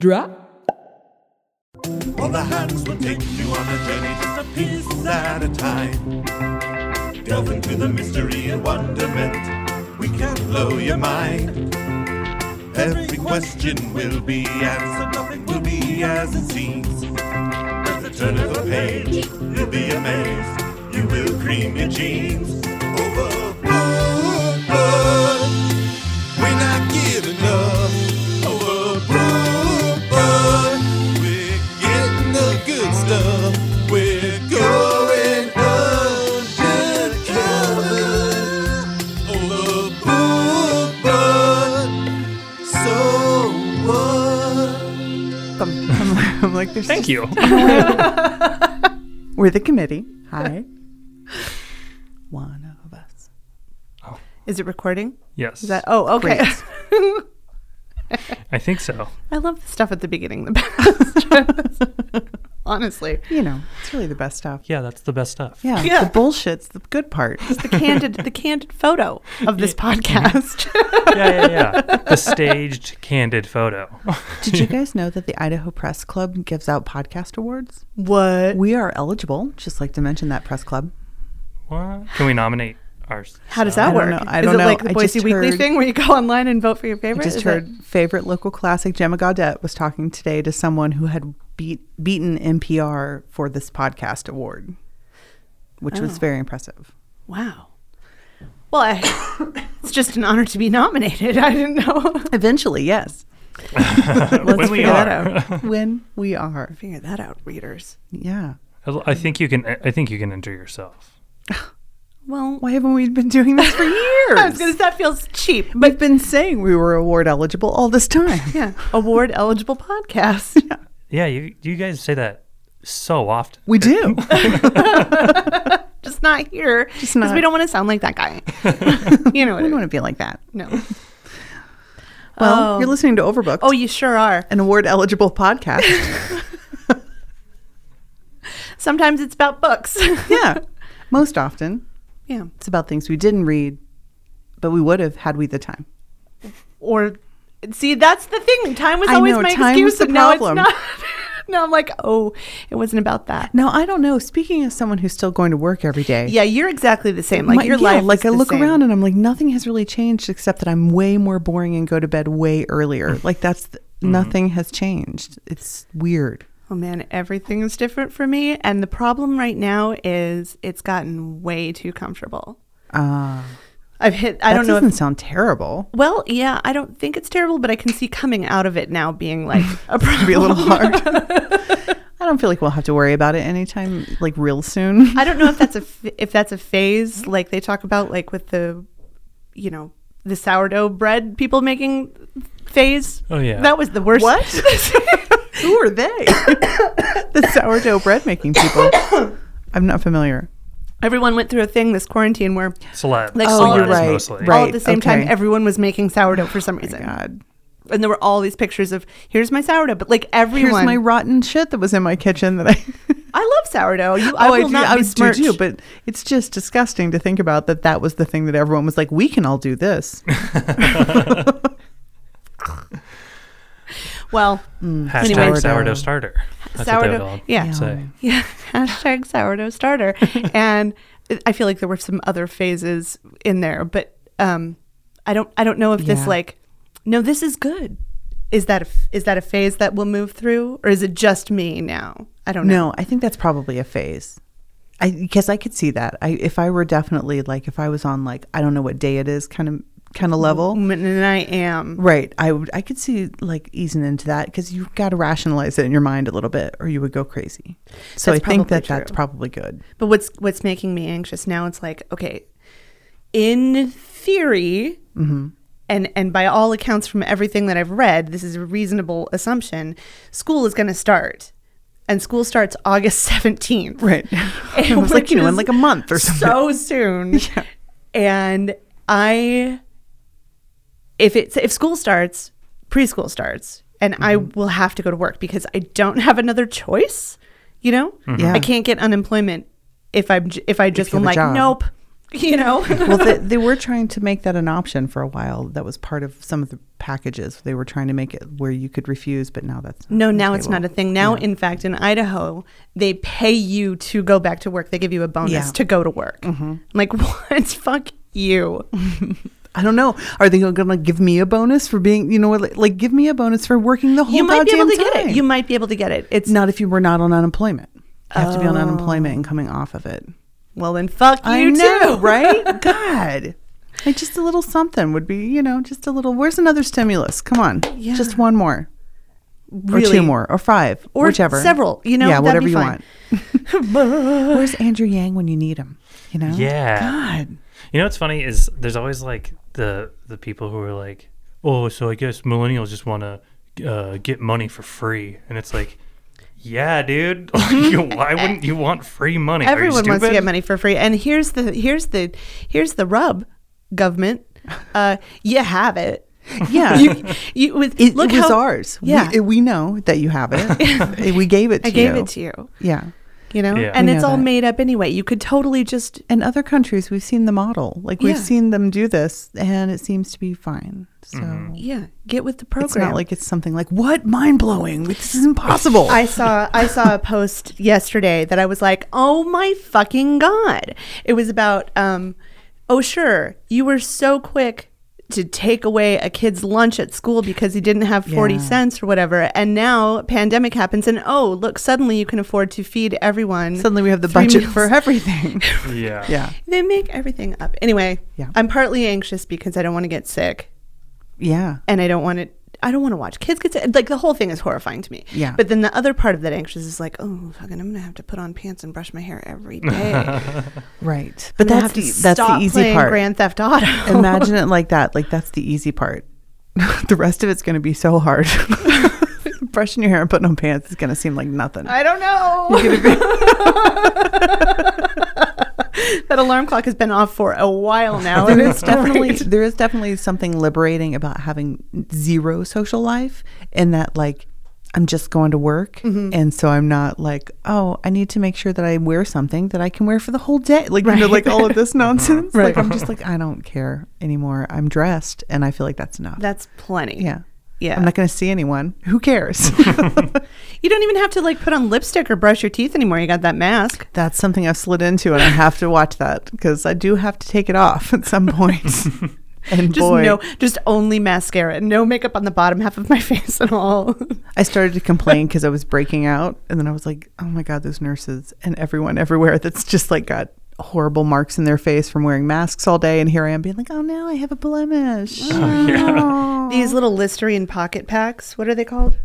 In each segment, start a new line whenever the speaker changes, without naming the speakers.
drop.
All the hands will take you on a journey just a piece at a time. Delve into the mystery and wonderment. We can blow your mind. Every question will be answered, nothing will be as it seems. At the turn of a page, you'll be amazed. You will cream your jeans. Overboard. We're not giving up. Overboard. uh, We're getting the good stuff. We're going undercover. Oh, Overboard. So what?
I'm like, there's
Thank you.
We're the committee. Hi. One of us.
Oh.
Is it recording?
Yes.
Is that? Oh, okay.
I think so.
I love the stuff at the beginning, the best. Honestly,
You know, it's really the best stuff.
Yeah, that's the best stuff.
Yeah,
Yeah.
the bullshit's the good part.
the candid, the candid photo of this podcast.
yeah, yeah, yeah. The staged candid photo.
Did you guys know that the Idaho Press Club gives out podcast awards?
what?
We are eligible. Just like to mention that press club.
What? Can we nominate our?
How does that
I
work?
don't know. I
Is
don't
it
know.
like the
I
Boise
just
Weekly
heard-
thing where you go online and vote for your favorite?
I just
Is it-
heard favorite local classic Gemma Gaudette was talking today to someone who had beat beaten NPR for this podcast award, which
Oh.
was very impressive.
Wow. Well, I, it's just an honor to be nominated. I didn't know.
Eventually, yes.
uh, when we
figure that
are.
out.
when we are,
Figure that out, readers.
yeah.
I think you can. I think you can enter yourself.
Well,
Why haven't we been doing this for years?
I was gonna say that feels cheap.
We've been saying we were award eligible all this time.
Yeah, award eligible podcast.
Yeah, you you guys say that so often.
We do.
Just not here. Just
not-
we don't want to sound like that guy. you know what?
we don't
I mean.
want to be like that.
No.
Well,
Oh.
you're listening to Overbooked,
Oh, you sure are.
an award eligible podcast.
Sometimes it's about books.
yeah. Most often,
yeah.
it's about things we didn't read, but we would have had we the time.
Or see, that's the thing. Time was
I
always
know,
my
time
excuse,
was the
and now
problem.
it's not. now I'm like, oh, it wasn't about that.
Now, I don't know. Speaking as someone who's still going to work every day,
Yeah, you're exactly the same. Like
my-
your
yeah,
life.
Like
is
I
the
look
same.
around and I'm like, nothing has really changed except that I'm way more boring and go to bed way earlier. like that's th-
Mm.
nothing has changed. It's weird.
Oh man, everything is different for me. And the problem right now is it's gotten way too comfortable.
Uh,
I've hit, I
that
don't know.
doesn't
If,
sound terrible.
well, yeah, I don't think it's terrible, but I can see coming out of it now being like a problem.
be a little hard. I don't feel like we'll have to worry about it anytime, like real soon.
I don't know if that's a, f- if that's a phase like they talk about, like with the, you know, the sourdough bread people making phase.
Oh, yeah.
That was the worst. What?
Who are they? the sourdough bread making people. I'm not familiar.
Everyone went through a thing this quarantine where
Celeb.
Like,
celebs
oh, you're
right,
mostly.
right.
all at the same time
okay. Oh
everyone was making sourdough for some reason.
God.
and there were all these pictures of here's my sourdough, but like everyone,
Here's my rotten shit that was in my kitchen that I.
I love sourdough. You, I
Oh,
will
do-
not
I
be
do
smirched.
too, but it's just disgusting to think about that. That was the thing that everyone was like, "We can all do this."
well,
Mm.
Hashtag
Anyway.
sourdough. starter. That's what they would
sourdough,
all
yeah,
Say.
yeah. Hashtag sourdough starter, and I feel like there were some other phases in there, but um, I don't, I don't know if this
Yeah.
like, no, this is good. Is that a, f- is that a phase that we'll move through, or is it just me now? I don't know.
No, I think that's probably a phase. I because I could see that. I if I were definitely like if I was on like I don't know what day it is kind of kind
Mm-hmm.
of level.
and I am.
Right. I would I could see like easing into that because you've got to rationalize it in your mind a little bit or you would go crazy. So I
That's
think
probably
that that's
true.
probably good.
But what's what's making me anxious now? It's like okay, in theory, and and by all accounts from everything that I've read, this is a reasonable assumption. School is going to start, and school starts August seventeenth.
Right. it was like, you know, in like a month or something.
So soon. And I, if it's if school starts, preschool starts, and I
Mm-hmm.
will have to go to work because I don't have another choice. You know,
Mm-hmm. Yeah.
I can't get unemployment if I'm j- if I just
you have
am
a
like
job.
nope. you know?
well, they, they were trying to make that an option for a while. That was part of some of the packages. They were trying to make it where you could refuse, but now that's
No, now it's not a thing. Now, in fact, in Idaho, they pay you to go back to work. They give you a bonus
Yeah. Mm-hmm.
to go to work. Like, what? Fuck you.
I don't know. Are they going to give me a bonus for being, you know, what, like, like give me a bonus for working the whole
You might be able to
goddamn
get it.
time?
You might Oh. be able to get it. It's
not if you were not on unemployment. You have to be on unemployment and coming off of it.
well, then fuck you
I know,
too,
right? God. Like just a little something would be, you know, just a little. Where's another stimulus? Come on,
Yeah.
just one more, or
Really.
two more, or five,
Or
whichever,
several, you know,
yeah,
that'd
whatever
be
you
fine.
want. Where's Andrew Yang when you need him? You know,
Yeah.
God,
You know what's funny is there's always like the the people who are like, oh, so I guess millennials just want to uh, get money for free, and it's like, yeah, dude,
Mm-hmm.
Like, why wouldn't you want free money? Are you
Everyone wants to
stupid?
get money for free. And here's the here's the here's the rub, government. Uh, you have it.
yeah.
You, you with
it,
look
it was
how,
ours.
Yeah,
we, we know that you have it. we gave it. to
I gave
you.
it to you.
Yeah.
You know,
Yeah.
and
We
it's
know
all
that.
made up anyway. You could totally just
In other countries, we've seen the model. Like we've
Yeah.
seen them do this, and it seems to be fine. So.
yeah get with the
It's
program.
not like it's something like what mind blowing. This is impossible.
I saw I saw a post yesterday that I was like, "Oh my fucking god!" It was about, um, oh sure, you were so quick to take away a kid's lunch at school because he didn't have forty
Yeah.
cents or whatever, and now pandemic happens, and oh look, suddenly you can afford to feed everyone.
Suddenly we have the
three
budget
meals.
for everything.
Yeah.
yeah.
They make everything up anyway.
Yeah.
I'm partly anxious because I don't want to get sick.
Yeah.
and I don't want to. I don't want to watch kids get sick. Like the whole thing is horrifying to me.
Yeah.
But then the other part of that anxious is like, oh fucking, I'm gonna have to put on pants and brush my hair every day.
Right. But
I'm gonna
that's
have to
the, that's the
stop
easy
playing
part.
Grand Theft Auto.
Imagine it like that. Like that's the easy part. the rest of it's going to be so hard. Brushing your hair and putting on pants is going to seem like nothing.
I don't know. that alarm clock has been off for a while now, and it's definitely.
Right. there is definitely something liberating about having zero social life and that like I'm just going to work and so I'm not like, oh, I need to make sure that I wear something that I can wear for the whole day. Like you know, like all of this nonsense. Like I'm just like, I don't care anymore. I'm dressed and I feel like that's enough.
That's plenty.
yeah.
Yeah.
I'm not gonna see anyone. Who cares?
you don't even have to like put on lipstick or brush your teeth anymore. You got that mask.
that's something I've slid into and I have to watch that because I do have to take it off at some point. and
Just
boy,
no, just only mascara, no makeup on the bottom half of my face at all.
I started to complain because I was breaking out, and then I was like, "Oh my god, those nurses and everyone everywhere that's just like got horrible marks in their face from wearing masks all day." And here I am being like, "Oh no, I have a blemish." Oh.
These little Listerine pocket packs. What are they called?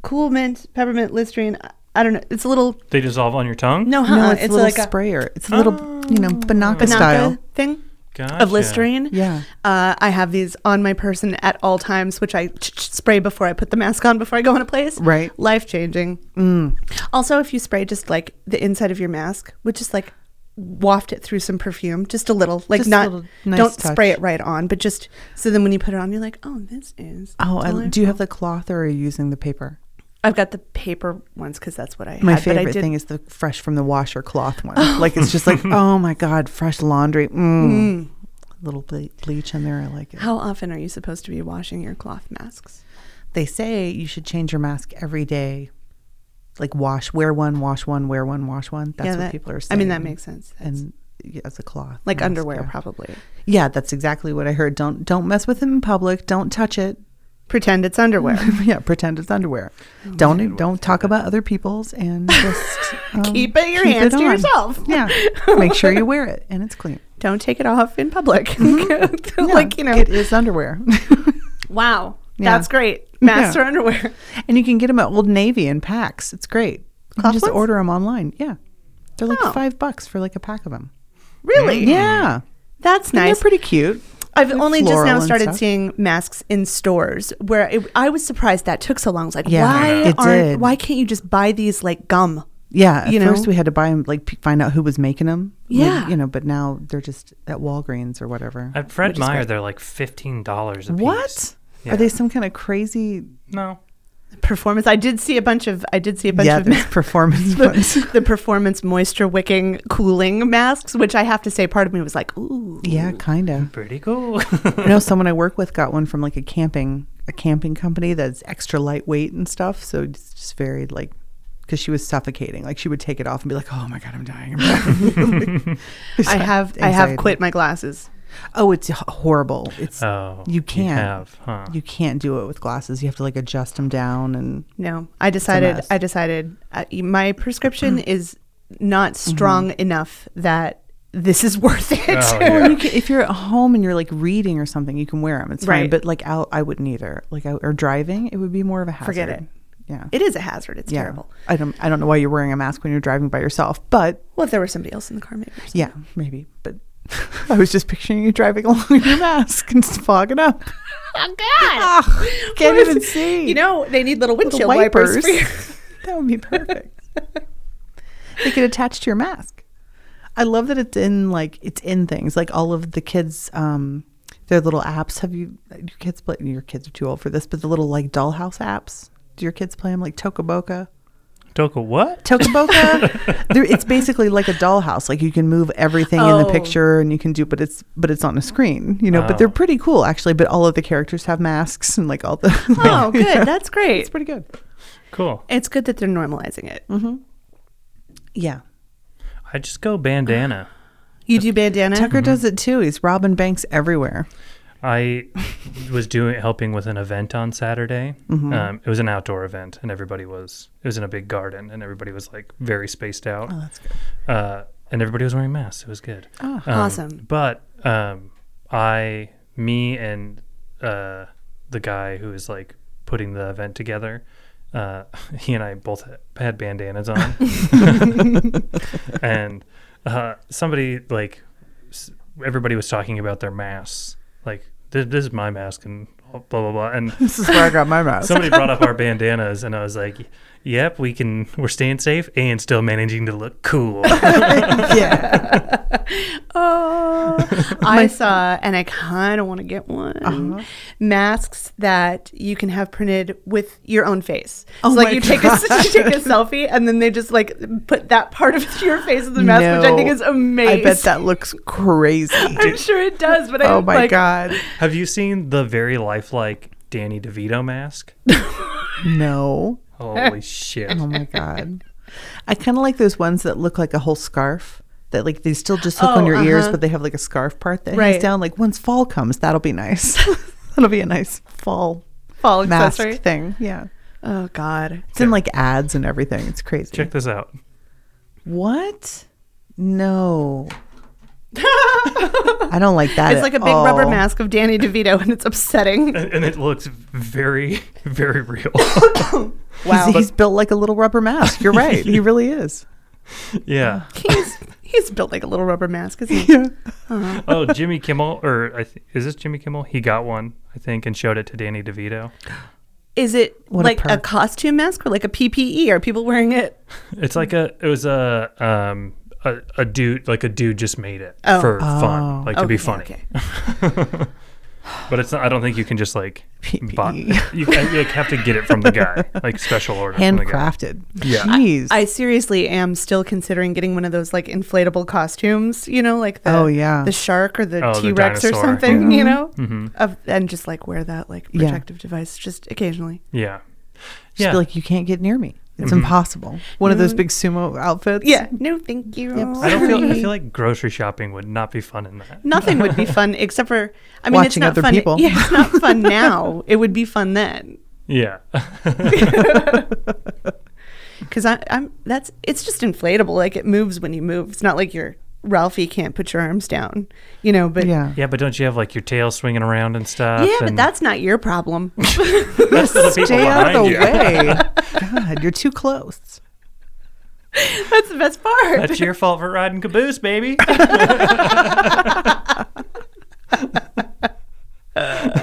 Cool mint, peppermint, Listerine. I- I don't know. It's a little
They dissolve on your tongue.
no,
No,
huh?
it's, a little sprayer. It's a little, you know, banaka,
Banaka
style.
thing
Gotcha.
of Listerine.
Yeah.
Uh, I have these on my person at all times, which I ch- ch- spray before I put the mask on before I go in a place.
Right.
Life changing. Mm. Also, if you spray just like the inside of your mask, which is like waft it through some perfume, just a little, like
Just a
not,
little nice
don't
touch.
spray it right on, but just so then when you put it on, you're like, oh, this is.
Oh, I, do you have
delightful."
the cloth or are you using the paper?
I've got the paper ones because that's what I
My
had. but I
favorite
did-
thing is the fresh from the washer cloth one. Like it's just like, oh my god, fresh laundry. Mm. Little ble- bleach in there. I like it.
How often are you supposed to be washing your cloth masks?
they say you should change your mask every day. Like wash, wear one, wash one, wear one, wash one. That's what
that-
people are
I
saying.
mean, that makes sense. That's-
and yeah, as a cloth,
like
mask,
underwear,
yeah.
probably.
Yeah, that's exactly what I heard. Don't don't mess with them in public. Don't touch it.
Pretend it's underwear.
yeah, pretend it's underwear.
Mm-hmm.
don't don't talk about other people's and just um,
Keep it- your hands to
on.
yourself.
Yeah, make sure you wear it and it's clean.
Don't take it off in public.
Yeah,
like, you know,
it is underwear.
wow,
Yeah.
that's great. Masks
Yeah.
or underwear.
And you can get them at Old Navy in packs. It's great. You can
Cloth
just
ones?
order them online. Yeah. They're like
Oh.
five bucks for like a pack of them.
Really?
Yeah.
That's
And
nice.
They're pretty cute.
I've
They're
only just
floral
now
and
started
stuff.
seeing masks in stores where it, I was surprised that took so long. It's like,
Yeah,
why
it
aren't,
did.
why can't you just buy these like gum?
Yeah. At
You know?
first, we had to buy them, like p- find out who was making them.
Yeah.
you know, but now they're just at Walgreens or whatever.
At Fred
which is
Meyer,
great.
they're like fifteen dollars a piece.
What?
Yeah.
Are they some kind of crazy?
No.
performance. I did see a bunch of. I did see a bunch
yeah,
of
there's performance ones.
the performance moisture wicking cooling masks, which I have to say, part of me was like, ooh,
Yeah, kind of.
Pretty cool.
I know someone I work with got one from like a camping a camping company that's extra lightweight and stuff. So it's just very like because she was suffocating. Like she would take it off and be like, "Oh my god, I'm dying." I'm dying."
I have I
Anxiety.
have quit my glasses.
Oh, it's h- horrible. It's
Oh,
you
you
can't.
have, huh?
You can't do it with glasses. You have to like adjust them down and
No, I decided.
mess.
I decided uh, my prescription is not strong enough that this is worth it.
Oh,
Well,
yeah.
you can, if you're at home and you're like reading or something, you can wear them. It's fine.
Right.
But like out, I wouldn't either. Like out or driving, it would be more of a hazard.
Forget it.
Yeah.
It is a hazard. It's
yeah.
terrible.
I don't. I don't know why you're wearing a mask when you're driving by yourself. But
Well, if there was somebody else in the car, maybe. or something.
yeah, maybe. But I was just picturing you driving along with your mask and just fogging up. Ah,
Oh God!
Can't
What is-
even see.
You know they need little
The
windshield wipers. for your-
that would be perfect. they could attach to your mask. I love that it's in like it's in things like all of the kids, um, their little apps. Have you your kids play? Your kids are too old for this, but the little like dollhouse apps. Do your kids play them like Tokaboka?
Toka, what?
Tokaboka. There- it's basically like a dollhouse. Like you can move everything in the
Oh.
picture, and you can do, but it's but it's on a screen, you know. But they're
Oh.
pretty cool actually. But all of the characters have masks and like all the.
Oh, good. That's great. It's,
it's pretty good.
Cool.
good that they're normalizing it.
Yeah.
I just go bandana.
You do bandana.
Tucker does it too. He's robbing banks everywhere.
I was doing helping with an event on Saturday. Um, it was an outdoor event, and everybody was it was in a big garden, and everybody was like very spaced out. Oh, that's good. Uh, and everybody was wearing masks. It was good. Oh,
Awesome.
But um, I, me, and uh, the guy who is like putting the event together. Uh, he and I both ha- had bandanas on, and uh, somebody like s- everybody was talking about their masks. Like this, this is my mask and blah blah blah. And
This is where I got my mask.
somebody brought up our bandanas, and I was like, "Yep, we can. We're staying safe and still managing to look cool."
yeah.
Oh, I saw, and I kind of want to get one.
Uh-huh.
Masks that you can have printed with your own face.
Oh
so,
my
like you take, a, you take a selfie, and then they just like put that part of your face in the mask, which I think is amazing.
I bet that looks crazy.
I'm sure it does, but
oh
I'm
my
like,
god.
Have you seen the very lifelike Danny DeVito mask?
No.
Holy shit!
Oh my god. I kind of like those ones that look like a whole scarf. That like they still just hook on
Oh,
your ears,
uh-huh.
but they have like a scarf part that hangs
Right.
down. Like once fall comes, that'll be nice. that'll be a nice fall
fall
mask
accessory.
thing. Yeah.
Oh god,
It's in like ads and everything. It's crazy.
Check this out.
What? No. I don't like that.
it's
at
like a big rubber
all.
mask of Danny DeVito, and it's upsetting.
And, and it looks very, very real.
He's, he's built like a little rubber mask. You're right. he really is.
yeah.
he's he's built like a little rubber mask, isn't he?
Yeah.
Oh, Jimmy Kimmel, or I th- is this Jimmy Kimmel? He got one, I think, and showed it to Danny DeVito.
Is it
What a
like a,
perk.
costume mask or like a PPE? Are people wearing it?
It's like a, it was a, um, a, a dude, like a dude just made it
Oh.
for fun, like to be
Okay,
funny.
okay.
But it's not, I don't think you can just like buy.
E.
PPE.
You, can, you have to get it from the guy, like special order. from the guy.
Handcrafted.
Yeah. I-
Jeez.
Oh I seriously am still considering getting one of those like inflatable costumes, you know, like the
Oh, yeah.
the shark or the
Oh, the
T Rex or
dinosaur, Mm-hmm.
something, you know, of, and just like wear that like
Yeah.
protective device just occasionally.
Yeah.
Just
Yeah. Mm-hmm.
feel like you can't get near me. It's impossible. One of those big sumo outfits.
Yeah, no, thank you.
I don't feel. I feel like grocery shopping would not be fun in that.
Nothing would be fun except for I mean, it's
Watching
not
other
fun.
people.
Yeah, it's not fun now. It would be fun then
Yeah.
because I'm that's it's just inflatable. Like it moves when you move. It's not like your Ralphie can't put your arms down, you know. But
Yeah.
yeah, but don't you have like your tail swinging around and stuff?
Yeah, but
and
that's not your problem.
that's for the people
Stay out of
behind
the
you.
way. God, you're too close.
That's the best part.
That's your fault for riding caboose, baby.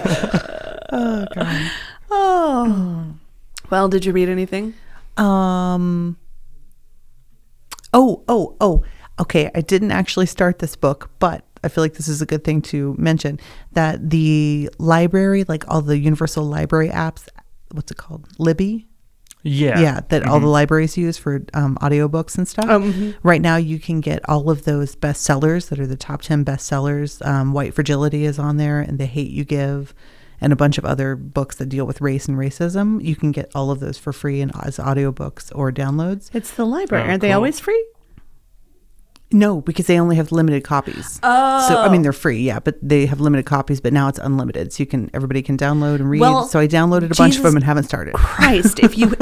Oh, God.
Oh. Well, did you read anything?
Um. Oh, oh, oh. Okay, I didn't actually start this book, but I feel like this is a good thing to mention that the library, like all the Universal Library apps, what's it called? Libby.
Yeah.
Yeah, that all
Mm-hmm.
the libraries use for um, audiobooks and stuff.
Um,
Right now, you can get all of those bestsellers that are the top 10 bestsellers. Um, White Fragility is on there, and The Hate You Give, and a bunch of other books that deal with race and racism. You can get all of those for free and as audiobooks or downloads.
It's the library.
Oh,
Aren't they
cool.
always free?
No, because they only have limited copies. Oh. So, I mean, they're free, yeah, but they have limited copies, but now it's unlimited. So you can, everybody can download and read.
Well,
so I downloaded a bunch of
Jesus
them and haven't started.
Christ, if you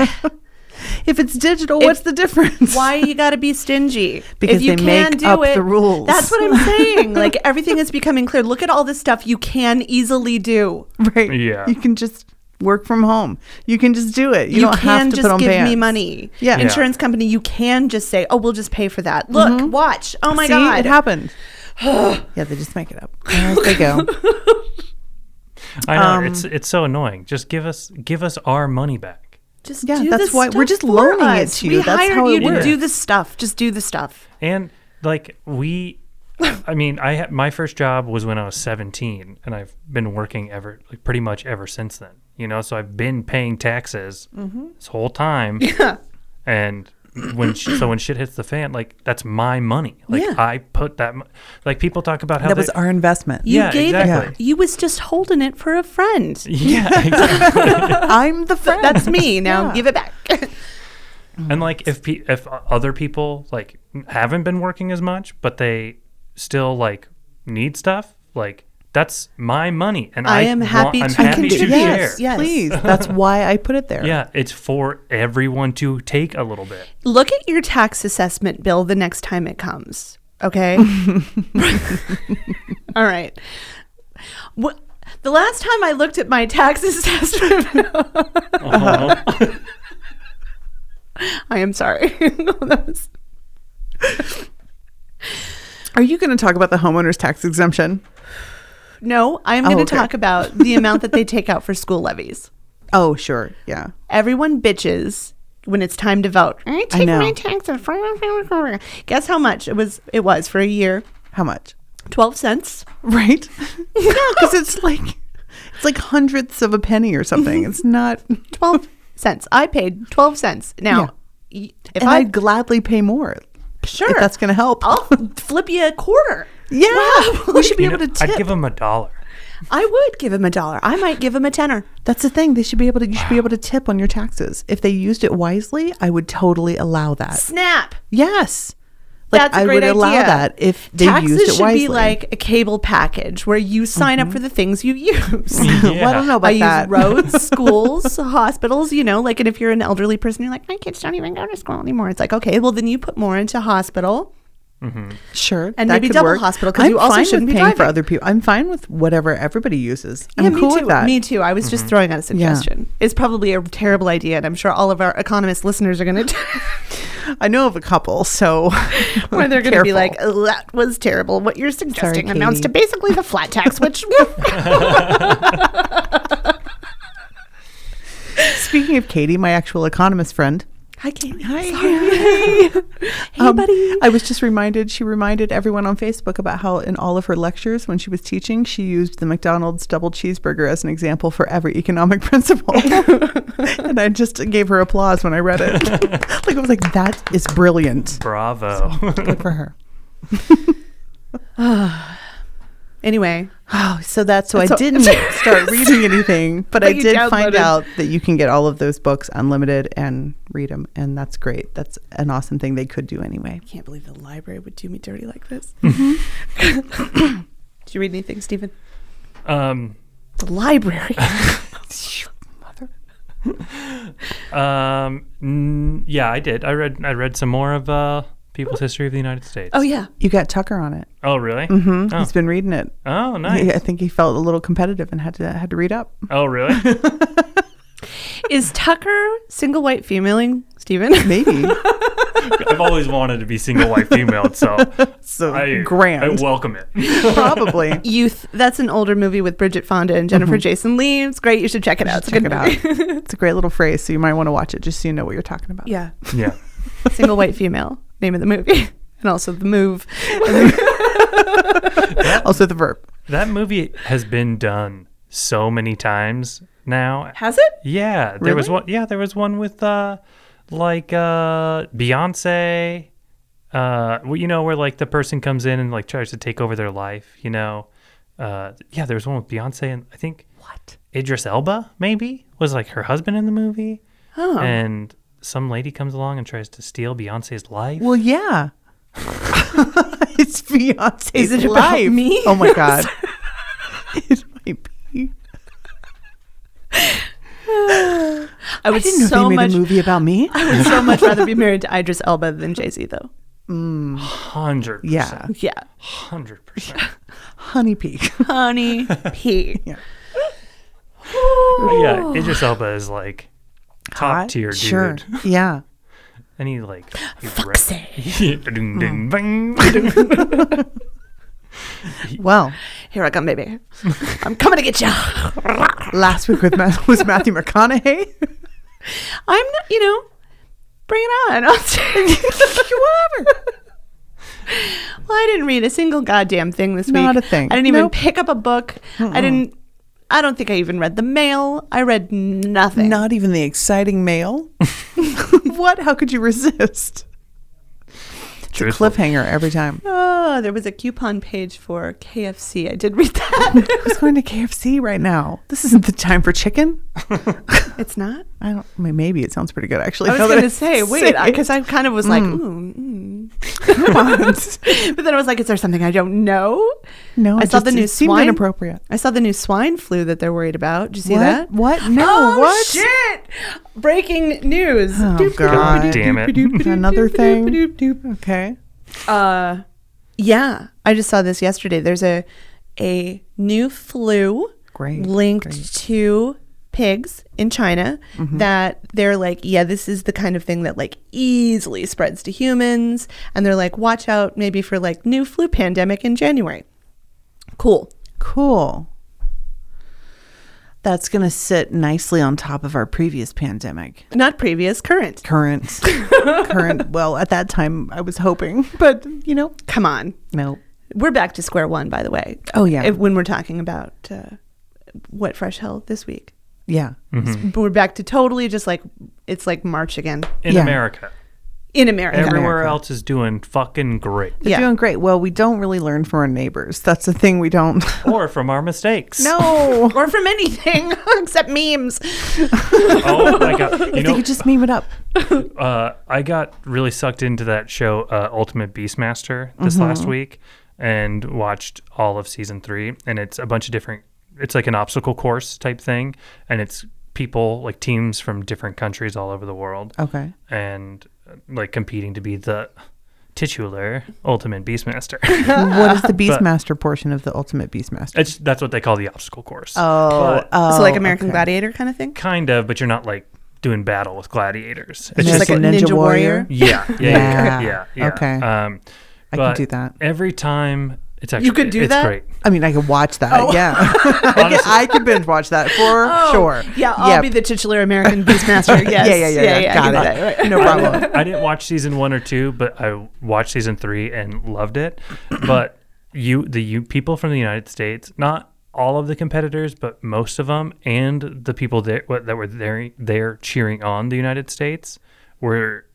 If it's digital, what's the difference?
why you got to be stingy?
Because
if you
they
can
make
do
up
it,
the rules.
That's what I'm saying. like everything is becoming clear. Look at all this stuff you can easily do.
Right.
Yeah.
You can just work from home. You can just do it. You,
You,
don't
can
have to
just
put on
give
bands.
me money.
Yeah. Yeah.
Insurance company, you can just say, "Oh, we'll just pay for that." Look, watch. Oh my
Mm-hmm. See,
god.
it happened. yeah, they just make it up. There they go.
I know
um,
it's it's so annoying. Just give us give us our money back.
Just
Yeah,
do
that's
the
why- we're
stuff
just
for
loaning it
us.
to
We
you. That's
hired
how it
you to
works.
do the stuff. Just do the stuff.
And like we, I mean, I had my first job was when I was 17, and I've been working ever like pretty much ever since then. You know, so I've been paying taxes this whole time. Yeah. And when sh- so when shit hits the fan, like that's my money. Like
Yeah.
I put that. Mo- like people talk about how
that
they-
was our investment.
You
Yeah,
gave
exactly.
it. You was just holding it for a friend.
Yeah, exactly.
I'm the friend.
That's me. Now
Yeah.
give it back.
and like if pe- if other people like haven't been working as much but they still like need stuff like that's my money and i,
I am
want-
happy
I'm
to
happy to
contribute.
share
Yes, yes.
Please. That's why I put it there.
yeah it's for everyone to take a little bit
Look at your tax assessment bill the next time it comes. Okay. All right. What, the last time I looked at my tax assessment bill,
Uh-huh.
I am sorry. That was-
Are you going to talk about the homeowner's tax exemption?
no, I am going to
okay.
talk about the amount that they take out for school levies.
Oh, sure. Yeah.
Everyone bitches when it's time to vote. I take
know.
my taxes. Guess how much it was? It was for a year,
How much?
twelve cents.
Right? yeah, because it's like it's like hundredths of a penny or something. It's not.
12 cents. I paid 12 cents. Now, y- if
and
I,
I'd gladly pay more.
sure,
if that's gonna help.
I'll flip you a quarter.
Yeah, we should be
You
able
know,
to tip.
i'd give them a dollar
I would give him a dollar. I might give him a tenner.
That's the thing. They should be able to. You should be able to tip on your taxes if they used it wisely. I would totally allow that.
Snap.
Yes,
That's a
I
great
would allow
idea.
that if they
Taxes
used it
should
wisely.
be like a cable package where you sign up for the things you use.
well, I don't know about
I
that.
use roads, schools, hospitals, you know, like, and if you're an elderly person, you're like, my kids don't even go to school anymore. It's like, okay, well, then you put more into hospital.
Sure,
And
that
maybe
could
double
work.
hospital, 'cause
I'm
you also
fine with
shouldn't be
paying for
driving.
other people. I'm fine with whatever everybody uses.
yeah,
I'm
me
cool
too.
with that.
Me too. I was just throwing out a suggestion. It's probably a terrible idea, and I'm sure all of our economist listeners are going to
I know of a couple, so
where they're going to be
Careful.
like, "Oh, "That was terrible. What you're suggesting amounts to
Katie."
basically the flat tax." Which
Speaking of Katie, my actual economist friend.
hi, Katie.
Hey,
Um,
buddy. Um, I was just reminded, she reminded everyone on Facebook about how in all of her lectures when she was teaching, she used the McDonald's double cheeseburger as an example for every economic principle. and I just gave her applause when I read it. like, I was like, that is brilliant.
bravo
Good for her.
Anyway,
Oh, so that's so
So-
I didn't start reading anything, but, I
you
did find
downloaded.
out that you can get all of those books unlimited and read them, and that's great. That's an awesome thing they could do anyway.
I can't believe the library would do me dirty like this. Did you read anything, Stephen?
um
The library.
um n- yeah i did i read i read some more of uh people's history of the united states
oh yeah,
You got Tucker on it.
oh really mm-hmm. oh.
He's been reading it.
oh nice
Yeah, I think he felt a little competitive and had to had to read up.
oh really
is Tucker single white femaling, Stephen?
Maybe
i've always wanted to be single white female so
so
i
grand,
i welcome it
probably.
Youth. That's an older movie with Bridget Fonda and Jennifer Jason Lee. It's great. You should check it out. It's a
Check
good
it out.
movie.
It's a great little phrase, so you might want to watch it just so you know what you're talking about.
Yeah,
yeah
single white female. Name of the movie, and also the move.
Also the verb.
That movie has been done so many times now.
Has it?
Yeah, there was
Really?
one. Yeah, there was one with uh, like uh, Beyonce. Uh, well, you know where like the person comes in and like tries to take over their life. You know, uh, yeah, there was one with Beyonce and I think
What?
Idris Elba maybe was like her husband in the movie,
Oh.
and some lady comes along and tries to steal Beyonce's life.
Well, yeah. it's Beyonce's
Is it about
life.
me?
Oh my god. it might be.
I
I
would
didn't know
so
they made
much.
a movie about me.
I would so much rather be married to Idris Elba than Jay Z, though.
hundred
Yeah,
Yeah,
hundred percent.
Honey Peak.
honey, pee.
Yeah.
Yeah, Idris Elba is like top tier dude,
Sure. Yeah.
and he like he ra-
Fuck's sake.
Ding,
Mm.
ding, bang, ding.
Well,
Here I come, baby. I'm coming to get you. I'm
last week with Matt, was Matthew McConaughey.
not, you know, bring it on. I'll take whatever. Well, I didn't read a single goddamn thing this week.
Not a thing.
I didn't even
Nope.
pick up a book. I didn't. I don't think I even read the mail. I read nothing.
Not even the exciting mail. what? How could you resist? It's a
Truthful.
cliffhanger every time.
Oh, there was a coupon page for KFC. I did read that.
Who's going to KFC right now? This isn't the time for chicken.
it's not.
I don't. I mean, maybe it sounds pretty good actually.
I was
now that
going to say, wait, because
it.
I kind of was like,
Hmm.
ooh,
Coupons.
mm. but then I was like, is there something I don't know?
No,
I
it
saw
just-
the
it
new
seemed
swine.
inappropriate.
I saw the new swine flu that they're worried about. Did you see
What?
that?
What? No,
Oh,
what?
Shit! Breaking news.
Oh,
Doop, doop,
God.
doop,
Damn
doop,
it.
doop, doop,
Another
doop,
thing.
doop, doop, doop.
okay.
Uh, yeah, I just saw this yesterday. There's a a new flu
Great, Mm-hmm.
linked to pigs in China that they're like, yeah, this is the kind of thing that like easily spreads to humans, and they're like, watch out maybe for like new flu pandemic in January. Cool.
Cool. That's going to sit nicely on top of our previous pandemic.
Not previous, current.
Current, current. Well, at that time, I was hoping, but you know,
Come on.
no.
We're back to square one, by the way.
Oh, yeah.
If- when we're talking about uh, what fresh hell this week,
Yeah.
Mm-hmm.
we're back to totally just like it's like March again
in
Yeah.
America.
in America.
Everywhere
America.
else is doing fucking great.
They're
Yeah.
doing great. Well, we don't really learn from our neighbors. That's the thing we don't.
Or from our mistakes.
no.
or from anything except memes.
Oh my god. You
They
know,
could just meme it up.
uh, I got really sucked into that show uh, Ultimate Beastmaster this last week and watched all of season three. And it's a bunch of different. It's like an obstacle course type thing, and it's people like teams from different countries all over the world.
Okay.
and uh, like competing to be the titular ultimate beastmaster.
what is the Beastmaster portion of the Ultimate Beastmaster?
it's, that's what they call the obstacle course.
Oh,
But-
oh,
so like American
okay.
Gladiator kind of thing.
kind of, but you're not like doing battle with gladiators. It's
Just
just
like a Ninja Warrior?
yeah, yeah, yeah, yeah,
Yeah.
yeah, yeah.
Okay.
Um,
I
but
can do that.
every time. It's actually
could do
it's
that?
Great.
I mean, I could watch that.
Oh.
Yeah, I, could,
Honestly.
I could binge watch that for sure.
Yeah, I'll
Yep.
be the titular American Beastmaster. Yes.
yeah, yeah, yeah, yeah,
I can
Got
do
it.
that. Right.
No
I
problem.
didn't, I didn't watch season one or two, but I watched season three and loved it. But you, the you people from the United States, not all of the competitors, but most of them, and the people that what- that were there there cheering on the United States were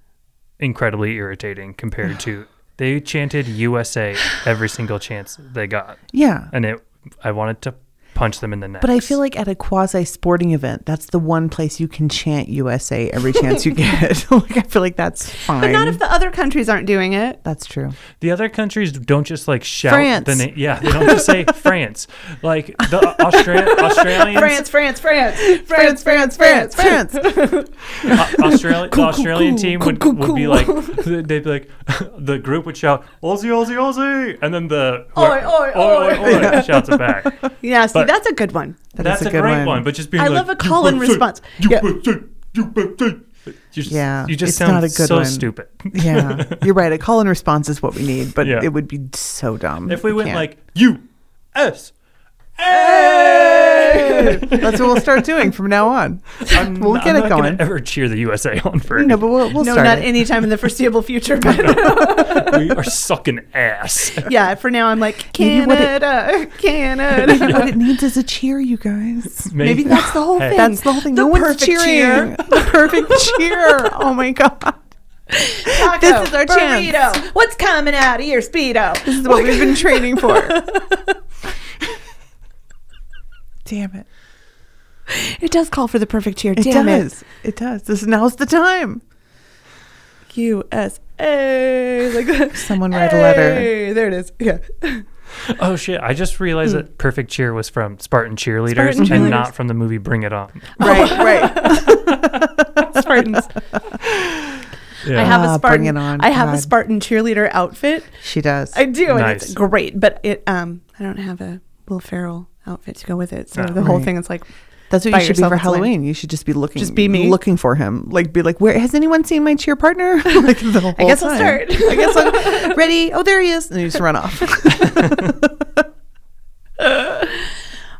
incredibly irritating compared to they chanted USA every single chance they got,
yeah,
and it I wanted to punch them in the neck.
but I feel like at a quasi sporting event, that's the one place you can chant USA every chance you get. like I feel like that's fine.
But not if the other countries aren't doing it.
that's true.
The other countries don't just like shout
France.
the name. Yeah, they don't just say France. Like the Austra- Australians,
France, France, France, France, France, France, France.
Au- Australi- the Australian team would, would be like, they'd be like, the group would shout Aussie, Aussie, Aussie, and then the
Oi, oi,
oi, oi, shouts it back.
Yeah, see,
But-
that's a good one.
That's a,
good
great
one.
one. but just being
I
like,
love a call and
USA,
response. Yeah.
USA, USA. You just,
Yeah,
you just
it's
sound
not a good
so
one.
stupid.
yeah, you're right. A call and response is what we need, but
Yeah.
it would be so dumb
If we went
can't.
like U S
That's what we'll start doing from now on.
I'm,
We'll
not-
get
I'm
it
not gonna
going.
Ever cheer the USA on for
No, but we'll, we'll
no,
start.
not
it.
anytime in the foreseeable future. But
we are sucking ass.
yeah, for now, I'm like
Maybe what it-
Canada, Canada.
what it needs is a cheer, you guys.
Maybe that's the whole
Hey.
thing.
That's the whole thing.
The
no one's
perfect
cheering.
cheer.
The perfect cheer. Oh my god.
Taco,
This is our
burrito.
chance.
What's coming out of your speedo?
This is what we've been training for. Damn it.
It does call for the perfect cheer.
It
Damn it.
does. It. does. This now's the time.
USA. Like that.
Someone write a letter.
Hey, there it is. Yeah.
Oh shit! I just realized that Perfect Cheer was from Spartan Cheerleaders
Spartan
and
Cheerleaders.
not from the movie Bring It On.
Right,
Oh.
right.
Spartans. I have a
Ah,
Spartan.
bring it on,
I have a
God.
Spartan cheerleader outfit.
She does.
I do, and it's
Nice.
great. But it, um, I don't have a Will Ferrell outfit to go with it. So
Ah,
the whole
right.
thing is like,
That's what
By
you should be
yourself,
for
it's lame.
Halloween. You should just be looking,
Just be me.
looking for him. Like, be like, where has anyone seen my cheer partner? like the whole
I guess
time.
I'll start.
I guess I'm ready. Oh, there he is, and you just run off.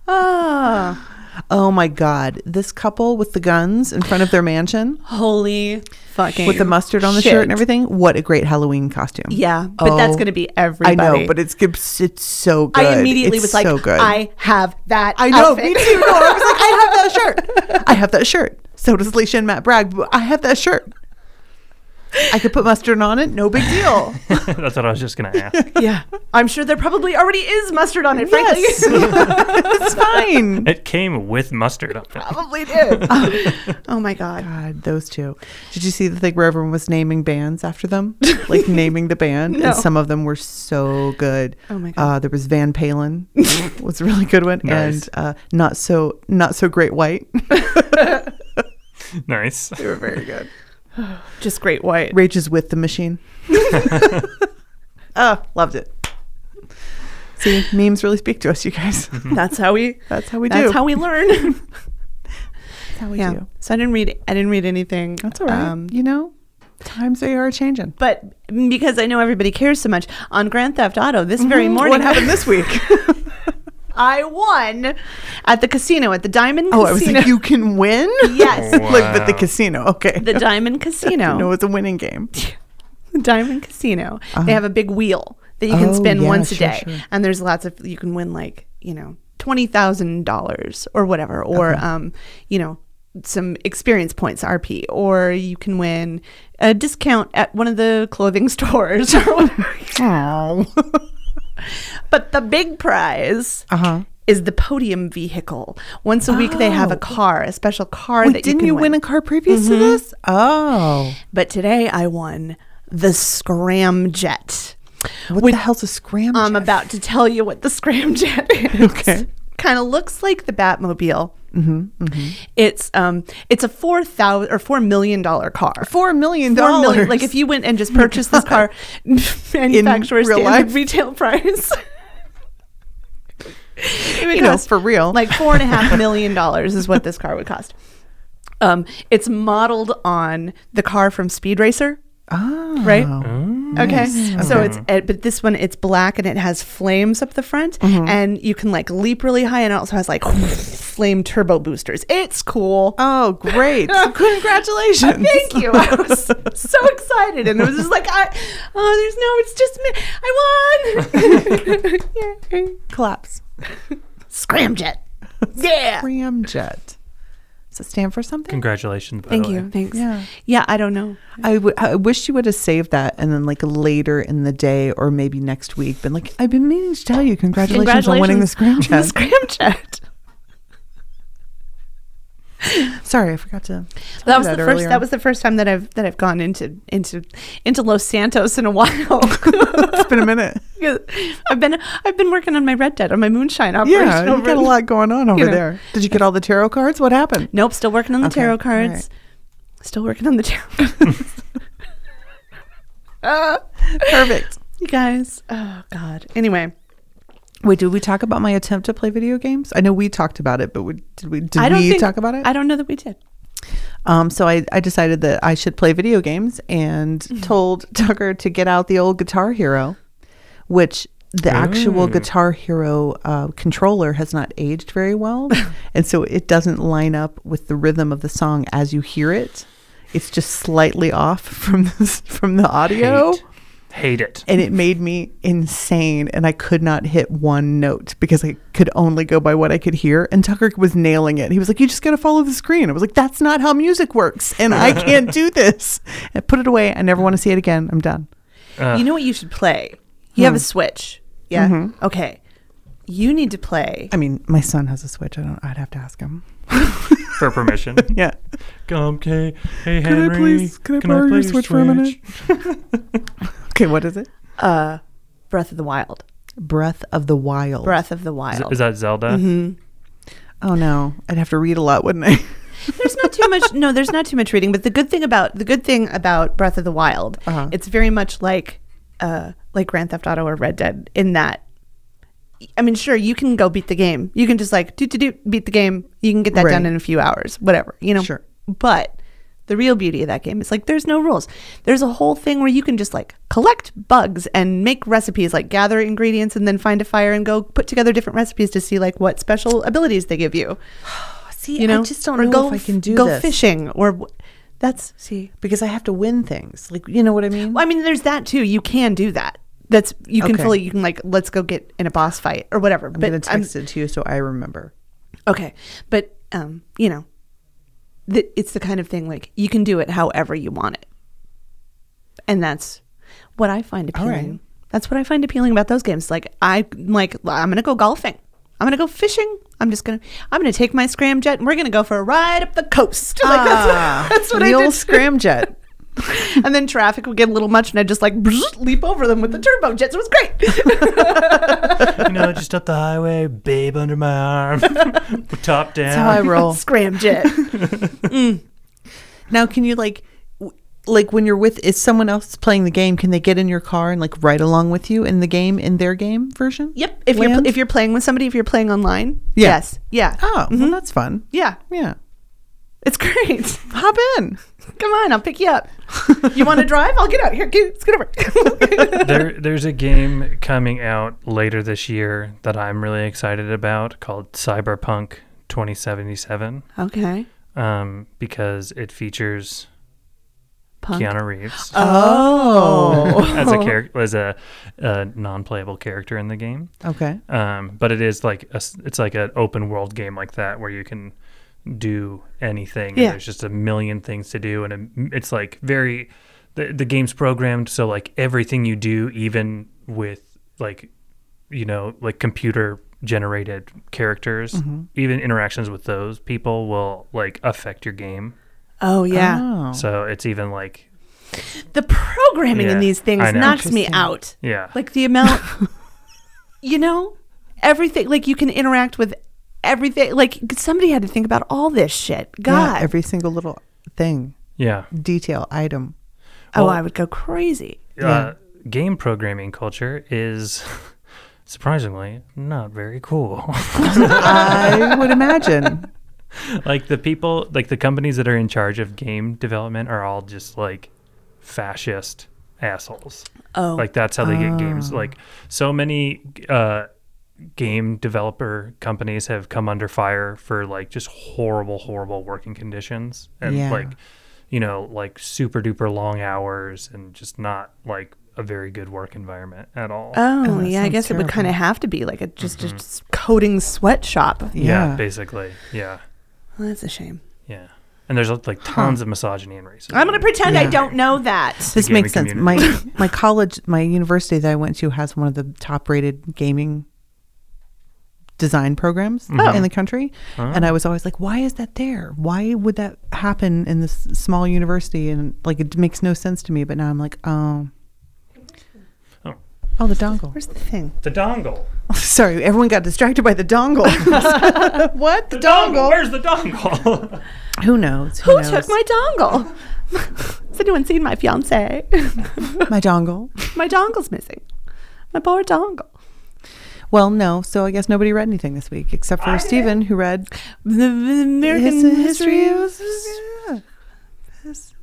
ah,
oh my god, this couple with the guns in front of their mansion
holy fucking
with the mustard on the
shit.
shirt and everything. What a great Halloween costume!
Yeah, but that's
Oh,
gonna be everybody.
I know, but it's it's, it's so good.
I immediately
It's
was like,
so good.
I have that.
I know,
outfit.
me too. No, I was like, I have that shirt. I have that shirt. So does Leisha and Matt Bragg. but I have that shirt. I could put mustard on it. No big deal.
that's what I was just gonna ask.
yeah, I'm sure there probably already is mustard on it. Frankly,
Yes. it's fine.
It came with mustard on it.
probably did. oh my god.
God, Ah, those two. Did you see the thing where everyone was naming bands after them? Like naming the band?
No.
And some of them were so good.
Oh my God.
Uh, there was Van Palen was a really good one.
Nice.
And uh, not so not so great white.
Nice.
they were very good.
Just great white.
Rages with the machine. oh, loved it. See, memes really speak to us, you guys.
That's how we.
That's how we do.
That's how we learn.
That's how we
yeah.
do.
So I didn't read. I didn't read anything. um,
That's all right. Um, you know, times they are changing.
but because I know everybody cares so much on Grand Theft Auto, this very morning
Mm-hmm. What happened this week?
I won at the casino at the Diamond.
Oh,
casino.
I was like, you can win?
Yes.
like, but the
Wow.
casino. Okay.
the Diamond Casino.
no, it's a winning game.
Diamond Casino. They have a big wheel that you can
Uh-huh. Oh,
spin
yeah,
once a
sure,
day,
sure.
and there's lots of you can win like you know twenty thousand dollars or whatever, or um you know some experience points RP, or you can win a discount at one of the clothing stores or whatever.
Oh.
But the big prize
Uh-huh.
is the podium vehicle. Once a week, they have a car, a special car that
Oh. Didn't
you,
you
can Mm-hmm.
win a car previous to this? Oh.
But today, I won the scramjet.
What the hell's a scramble?
I'm um, about to tell you what the scramjet is.
Okay. Mm-hmm,
Kind of looks like the Batmobile. It's um, it's a four thousand or four million dollar car.
Four million
Four
dollars.
million. Like if you went and just purchased this car, manufacturer's
real
standard
life?
retail price. It would
You know,
cost
for real.
like four and a half million dollars is what this car would cost. Um, it's modeled on the car from Speed Racer,
Oh.
right? Okay. So it's uh, but this one it's black and it has flames up the front and you can like leap really high and it also has like flame turbo boosters. It's cool.
Oh, great. Congratulations.
Thank you. I was so excited and it was just like I oh there's no it's just me. I won. Yay.
Collapse.
Scramjet. Yeah.
Ramjet. Does it stand for something?
Congratulations. By
Thank
the way.
you. Thanks.
Yeah.
yeah, I don't know.
I, w- I wish you would have saved that and then, like, later in the day or maybe next week, been like, I've been meaning to tell you, congratulations, on winning the
Congratulations
scramjet.
on the Scramjet.
Sorry, I forgot to. tell you
that was the first.
earlier.
That was the first time that I've that I've gone into into into Los Santos in a while.
it's been a minute.
I've been I've been working on my Red Dead on my moonshine operation.
Yeah, you
over-
got a lot going on over
know.
there. Did you get all the tarot cards? What happened?
Nope, still working on the
Okay,
tarot
all
cards.
right.
Still working on the tarot. cards. Uh,
Perfect.
you guys, oh god. Anyway,
Wait, did we talk about my attempt to play video games? I know we talked about it, but we, did we did
I don't
we
think,
talk about it?
I don't know that we did.
Um, so I, I decided that I should play video games and told Tucker to get out the old Guitar Hero, which the actual Guitar Hero uh, controller has not aged very well, and so it doesn't line up with the rhythm of the song as you hear it. It's just slightly off from the, from the audio,
Hate. Hate it.
and it made me insane. And I could not hit one note because I could only go by what I could hear. And Tucker was nailing it. He was like, "You just got to follow the screen." I was like, "That's not how music works, and I can't do this." I put it away. I never want to see it again. I'm done. Uh.
you know what you should play? You
Hmm.
have a Switch. Yeah.
Mm-hmm.
Okay. You need to play.
I mean, my son has a Switch. I don't. I'd have to ask him.
For permission.
Yeah.
Come, Kay. Hey,
I
Henry.
please- can I borrow your Switch for a minute? Okay. What is it?
Breath of the Wild.
Breath of the Wild.
Breath of the Wild.
Is that Zelda?
Mm-hmm. Oh no, I'd have to read a lot, wouldn't I?
there's not too much. No, there's not too much reading. But the good thing about the good thing about Breath of the Wild,
Uh-huh.
it's very much like, uh, like Grand Theft Auto or Red Dead in that. I mean, sure, you can go beat the game. You can just like do do do beat the game. You can get that
Right.
done in a few hours, whatever you know.
Sure.
But the real beauty of that game is like there's no rules. There's a whole thing where you can just like collect bugs and make recipes, like gather ingredients and then find a fire and go put together different recipes to see like what special abilities they give you
See,
you know,
I just don't
or
know
go
if I
f-
can do
go
this
fishing or w- that's see.
because I have to win things. Like, you know what I mean?
Well, I mean, there's that too. You can do that. That's you can
Okay.
fully you can like let's go get in a boss fight or whatever.
I'm
but
gonna text it to you so I remember.
I'm okay. But um, you know, th- it's the kind of thing like you can do it however you want it, and that's what I find
All right.
appealing. That's what I find appealing about those games. Like I like I'm gonna go golfing. I'm gonna go fishing. I'm just gonna I'm gonna take my scramjet and we're gonna go for a ride up the coast. Like that's
Ah,
what, that's what
the
I
old
did.
scramjet.
and then traffic would get a little much, and I'd just like leap over them with the turbo jets. It was great.
you know, just up the highway, babe under my arm, top
That's how I
down.
roll.
Scramjet.
now, can you like, w- like when you're with is someone else playing the game? Can they get in your car and like ride along with you in the game in their game version?
Yep. If you're
Land?
if you're playing with somebody, if you're playing online,
Yeah.
yes, yeah, Mm-hmm.
Oh, well, that's fun.
yeah,
Yeah,
it's great.
hop in.
Come on, I'll pick you up. You want to drive? I'll get out here. Get, scoot over.
there, there's a game coming out later this year that I'm really excited about called Cyberpunk 2077
okay.
um, because it features
Punk.
Keanu Reeves
Oh,
as a character, as a, a non-playable character in the game.
okay.
um, but it is like a s it's like an open world game like that where you can do anything. and
Yeah.
there's just a million things to do, and it- it's like very the the game's programmed so like everything you do, even with like you know like computer generated characters,
Mm-hmm.
even interactions with those people will like affect your game.
Oh yeah.
Oh.
So it's even like
The programming in
Yeah,
these things
I know.
knocks me out.
yeah,
Like the amount, you know, everything. Like you can interact with everything. Like somebody had to think about all this shit.
Yeah,
God.
every single little thing,
yeah.
detail, item.
oh, I would go crazy.
Uh, game programming culture is surprisingly not very cool.
I would imagine.
like the people, like the companies that are in charge of game development are all just like fascist assholes.
Oh. Ah.
Like that's how they get games. Like so many uh, game developer companies have come under fire for like just horrible, horrible working conditions and
Yeah.
like you know like super duper long hours and just not like a very good work environment at all.
Oh, yeah, I
sounds
guess it would kind of have to be like a just a s-
Mm-hmm.
coding sweatshop.
yeah,
Yeah.
basically. Yeah.
Well, that's a shame.
Yeah. And there's like tons of misogyny and racism.
I'm gonna pretend I don't know that.
This
gaming
makes sense.
community.
My my college, my university that I went to has one of the top rated gaming design programs
Mm-hmm.
in the country,
Oh.
and I was always like, "Why is that there? Why would that happen in this small university?" And like, it makes no sense to me. But now I'm like, "Oh,
Oh.
oh, the dongle."
Where's the thing?
The dongle.
Sorry, everyone got distracted by the dongle. what the, dongle?
Where's the dongle?
Who knows?
Who
knows?
took my dongle? Has anyone seen my fiance?
my dongle?
my dongle's missing. My poor dongle.
Well, no. So I guess nobody read anything this week except for Stephen, who read
The, the American history,
was-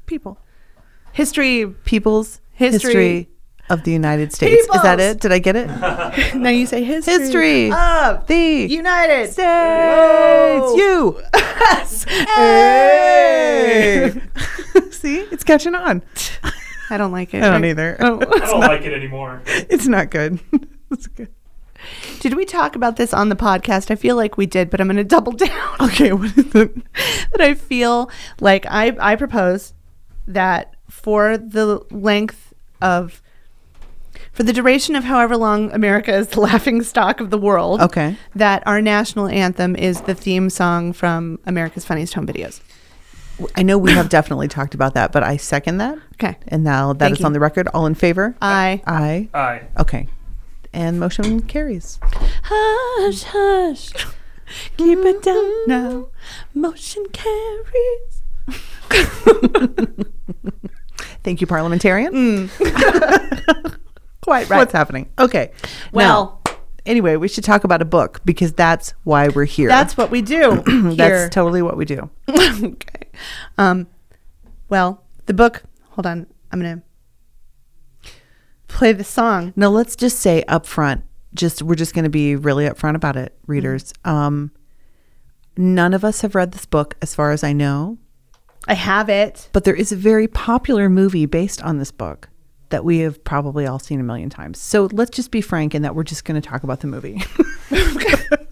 people, history,
people's
History
history, of the United States. Is that
Peoples.
it? Did I get it?
now you say history.
History
of
the
United
States.
Whoa.
You.
Hey.
See, it's catching on.
I don't like it.
I don't either.
I don't like it anymore.
It's not good. It's good.
Did we talk about this on the podcast? I feel like we did, but I'm going to double down.
Okay, what is it?
but I feel like I, I propose that for the length of, for the duration of however long America is the laughing stock of the world,
Okay.
that our national anthem is the theme song from America's Funniest Home Videos.
I know we have definitely talked about that, but I second that.
Okay.
And now that
Thank
it's
you.
on the record. All in favor?
I
Aye.
I
Okay. And motion carries.
hush hush, keep it down now. Motion carries.
Thank you, parliamentarian.
Quite
Mm. What's happening? Okay.
Well-
Now, anyway, we should talk about a book because that's why we're here.
That's what we do. here.
that's totally what we do.
okay. Um, well, the book. Hold on. I'm gonna play the song.
Now let's just say upfront, just we're just going to be really upfront about it, readers.
Mm-hmm.
Um, none of us have read this book, as far as I know,
I have it.
but there is a very popular movie based on this book that we have probably all seen a million times. So let's just be frank in that we're just going to talk about the movie.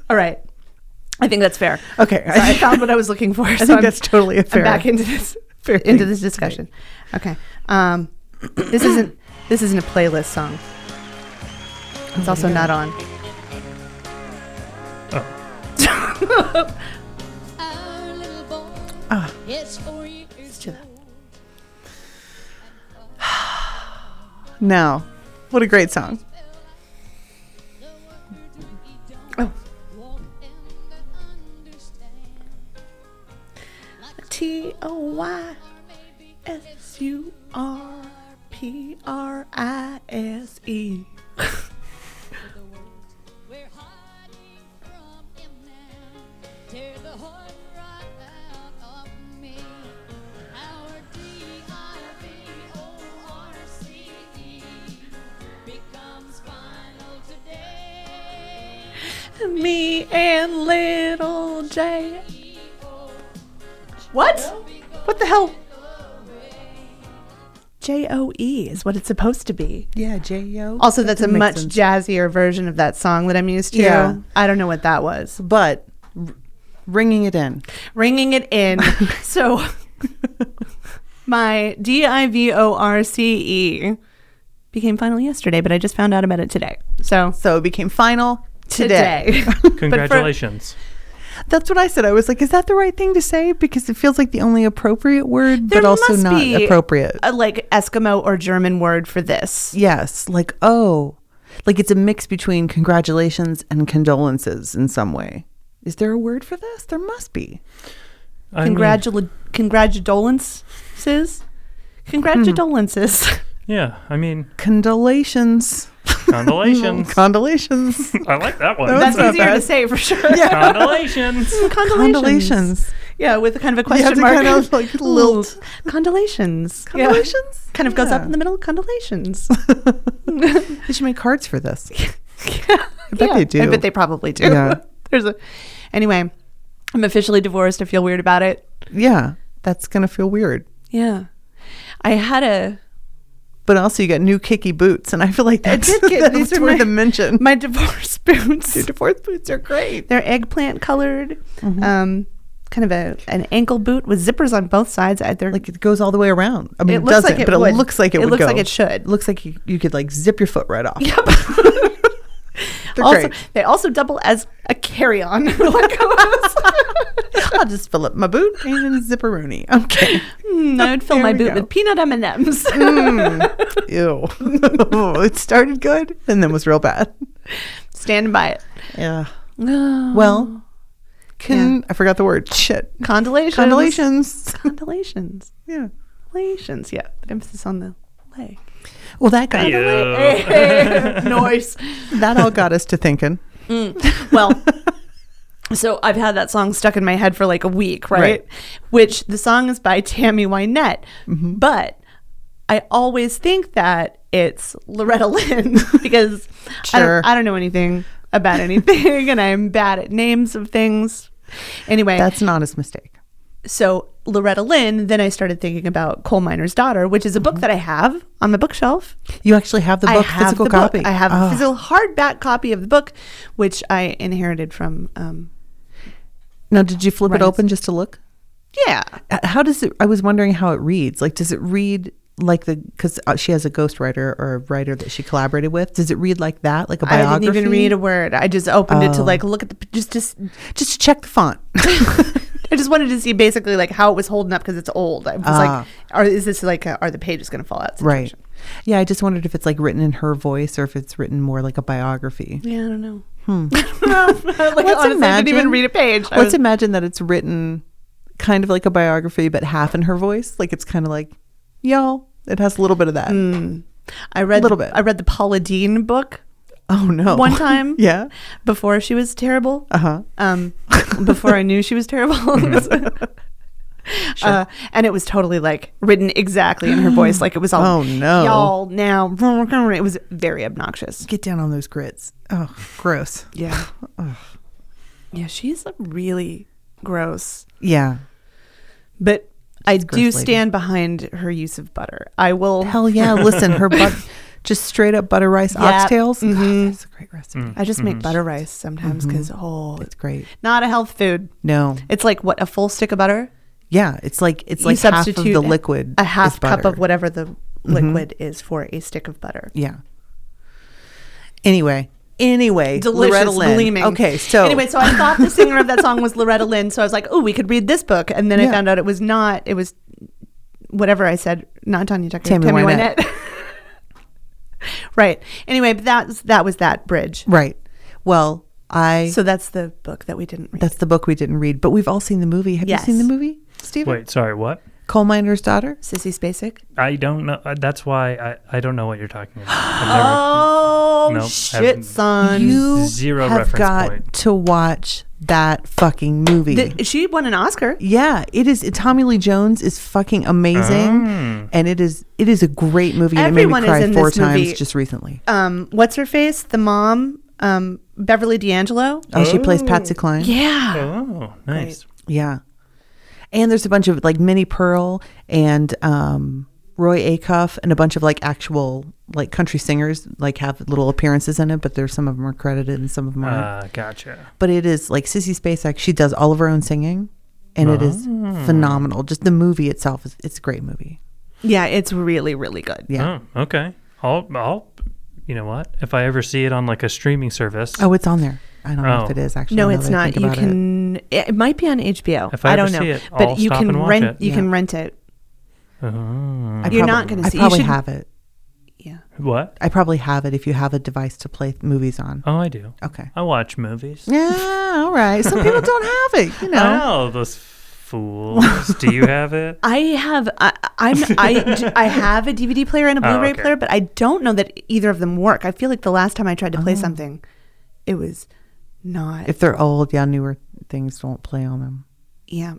All right. I think that's fair.
okay,
So I found what I was looking for. I so
think
I'm-
that's totally a fair-
I'm back into this
fair
into
thing.
this discussion. Okay. Um, this isn't this isn't a playlist song. It's also not on.
Our little boy is four
Ah.
years
do
old.
that.
now, what a great song.
The word he don't
Oh.
walk and understand.
T O Y S U R P R I S E.
We're hiding from him now. Tear the heart right out of me. Our D-I-V-O-R-C-E E becomes final today.
Me and little J. What? What the hell? J O E is what it's supposed to be.
Yeah, J.O.
Also, that's a
makes
much
sense.
jazzier version of that song that I'm used to.
Yeah.
I don't know what that was.
but r- ringing it in.
Ringing it in. so, my D I V O R C E became final yesterday, but I just found out about it today. So,
So it became final today.
today.
congratulations.
That's what I said. I was like, is that the right thing to say? Because it feels like the only appropriate word,
There
but also
must
not
be
appropriate.
a like Eskimo or German word for this.
yes. Like, oh, like it's a mix between congratulations and condolences in some way. Is there a word for this? There must be.
I mean,
Congratula- congratulations. Congratulations.
Hmm.
yeah, I mean,
Condolations.
Condolations.
Condolations.
I like that one.
That was-
That's
not
easier
bad.
to say for sure.
Condolations.
Condolations.
Yeah, with a kind of a
You
question
have to
mark.
kind of like lilt.
Condolations. Yeah.
Condolations?
Kind of goes up
Yeah.
in the middle. Condolations.
They should make cards for this.
I
bet they do.
I bet they probably do.
Yeah.
There's a anyway. I'm officially divorced. I feel weird about it.
Yeah. That's going to feel weird.
Yeah. I had a
But also, you got new kicky boots. And I feel like that's,
did get-
that's
these are
worth
my-
a mention.
my divorce boots.
Your divorce boots are great.
They're eggplant colored.
Mm-hmm.
Um, kind of a an ankle boot with zippers on both sides. I- They're
like it goes all the way around. I mean,
It
it,
looks
doesn't,
like it
but
would.
it looks like it,
It
would
looks
go.
like it should.
Looks like you, you could like zip your foot right off.
Yep.
They're
also,
great.
they also double as a carry-on.
I'll just fill up my boot and zipperoni. Okay.
Mm,
Hmm,
I would fill
There
my
we
boot
go.
with peanut M and M's.
Hmm.
Hmm.
Ew. it started good and then was real bad.
Stand by it.
Yeah. Well, can I forgot the word. Shit.
Condolations.
Condolations.
Condolations.
yeah.
Condolations. Yeah. Emphasis on the lay.
Well, that got
Yeah.
Noise.
that all got us to thinking.
Well, so I've had that song stuck in my head for like a week, right?
Right. Mm-hmm.
Which the song is by Tammy Wynette, but I always think that it's Loretta Lynn because I,
Sure.
don't, I don't know anything about anything and I'm bad at names of things. Anyway,
That's not his mistake.
so Loretta Lynn, then I started thinking about Coal Miner's Daughter, which is a book that I have on my bookshelf.
You actually have Mm-hmm. the book,
I have
physical
the book.
copy.
I have
Oh.
a physical hardback copy of the book, which I inherited from. Um,
Now, did you flip
Right.
it open just to look?
yeah,
Uh, How does it? I was wondering how it reads. Like, does it read like the? Because she has a ghostwriter or a writer that she collaborated with. Does it read like that? Like a
I
biography?
didn't even read a word. I just opened it to
Oh.
like look at the just just.
just to check the font.
I just wanted to see basically like how it was holding up because it's old. I was
Ah.
like, are is this like a, are the pages going to fall out?
right.
Situation?
Yeah, I just wondered if it's like written in her voice or if it's written more like a biography.
Yeah, I don't know. Hmm. like, honestly, I didn't even read a page. I
Let's
was-
imagine that it's written kind of like a biography, but half in her voice. Like it's kind of like, y'all. It has a little bit of that.
I read
hmm. little bit.
I read the Paula Dean book
Oh no!
one time.
yeah.
before she was terrible.
Uh huh.
um, before I knew she was terrible. Mm-hmm. Uh, and it was totally like written exactly in her voice, like it was all
Oh, no.
y'all now. It was very obnoxious.
Get down on those grits. Oh, gross.
Yeah, yeah, she's like, really gross.
Yeah.
But I do
gross lady.
stand behind her use of butter. I will.
Hell yeah! Listen, her but just straight up butter rice
Yeah.
oxtails. God, that's a great recipe.
Mm.
I just make butter rice sometimes because oh,
It's great.
not a health food.
No,
It's like what a full stick of butter.
yeah, it's like it's
You
like half of
substitute
the liquid,
a
is
half cup of
butter. Mm-hmm.
whatever the liquid is for a stick of butter.
Yeah. Anyway, anyway,
delicious,
Loretta Lynn.
gleaming.
Okay, so
anyway, so I thought the singer of that song was Loretta Lynn, so I was like, oh, we could read this book, and then
Yeah.
I found out it was not. It was whatever I said, not Tanya Tucker,
Tammy
Tammy,
Wynette.
Wynette. right. Anyway, but that's that was that bridge.
right. Well, I
So that's the book that we didn't read.
that's the book we didn't read, but we've all seen the movie. Have
Yes.
you seen the movie, Steve?
Wait, sorry, what?
Coal Miner's Daughter.
Sissy Spacek.
I don't know. uh, That's why I, I don't know what you're talking about. I've
Oh
Nope,
shit,
haven't-
son!
You
Zero
have
reference
got
point.
to watch that fucking movie.
Th- she won an Oscar.
Yeah, it is. Tommy Lee Jones is fucking amazing, and it is it is a great movie. And it made me
Everyone is
cry
in
four
this
times
movie.
just recently.
Um, what's her face? The mom, um, Beverly D'Angelo.
Oh, she plays Patsy Cline. Yeah.
Yeah.
never- oh, nice.
and there's a bunch of like Minnie Pearl and um, Roy Acuff and a bunch of like actual like country singers like have little appearances in it, but there's some of them are credited and some of them aren't.
Uh, gotcha.
But it is like Sissy Spacek. She does all of her own singing, and it is phenomenal. Just the movie itself is it's a great movie.
Yeah, it's really, really good.
Yeah.
Oh, okay. I'll, I'll, you know what? If I ever see it on like a streaming service,
Oh, it's on there. I don't know
Oh.
if it is actually.
No,
now
it's
that I
not.
think
You
about it.
can. It. it might be on HBO.
If I
I
ever
don't know,
see it,
but
I'll
you
stop
can
and watch
rent.
it.
You can
Yeah.
rent it.
Oh.
I
You're
probably-
not gonna see-
I
you
probably
should-
have it.
Yeah.
what?
I probably have it if you have a device to play th- movies on.
Oh, I do.
Okay.
I watch movies.
Yeah. All right. Some people don't have it. You know.
Oh, those fools. do you have it?
I have. I, I'm. I. I have a DVD player and a
Oh,
Blu-ray
okay.
player, but I don't know that either of them work. I feel like the last time I tried to play something, it was not.
Oh. If they're old, yeah, newer things don't play on them.
yeah.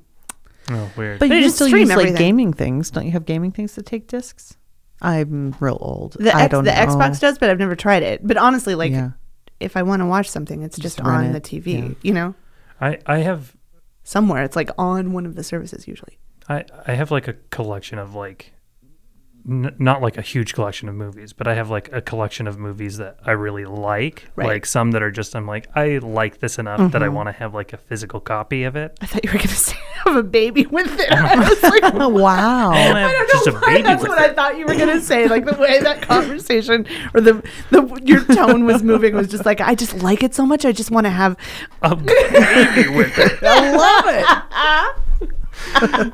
Oh, weird.
But,
you
you
can
just still
stream
use
everything.
like gaming things. Don't you have gaming things that take discs? I'm real old.
The,
I
X,
don't
the
know.
Xbox does, but I've never tried it. But honestly, like,
Yeah.
if I want to watch something, it's just,
Just rent
on
it.
the TV.
Yeah.
You know,
I, I have
somewhere it's like on one of the services usually.
I, I have like a collection of like n- not like a huge collection of movies but i have like a collection of movies that i really like
Right. Mm-hmm.
like some that are just i'm like i like this enough that i want to have like a physical copy of it
I thought you were gonna say have a baby with it. I was like,
Oh,
and
wow.
i have
I don't know why that's what I thought you were gonna say. Like the way that conversation or the the your tone was moving was just like I just like it so much. I just want to have.
a baby with it
I love it.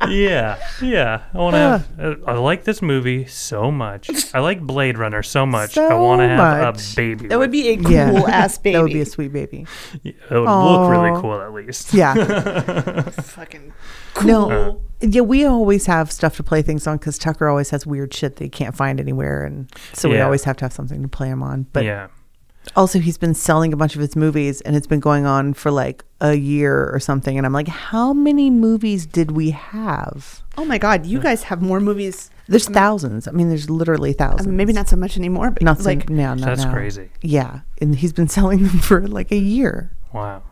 yeah yeah i want to have uh, I, I like this movie so much i like blade runner so much i
So
want to have
much.
a baby
That would be a cool
Yeah.
ass baby.
That would be a sweet baby.
it would look
Aw.
really cool at least
Yeah.
fucking.
no.
Uh.
Yeah, we always have stuff to play things on because Tucker always has weird shit that he can't find anywhere, and so we
Yeah.
always have to have something to play him on. But
yeah
Also, he's been selling a bunch of his movies and it's been going on for like a year or something. And I'm like, how many movies did we have?
Oh my God, you guys have more movies.
There's thousands. I mean, there's literally
I
thousands.
mean, maybe not so much anymore, but
Not
like
like now, not
That's
now.
crazy.
Yeah, and he's been selling them for like a year.
Wow.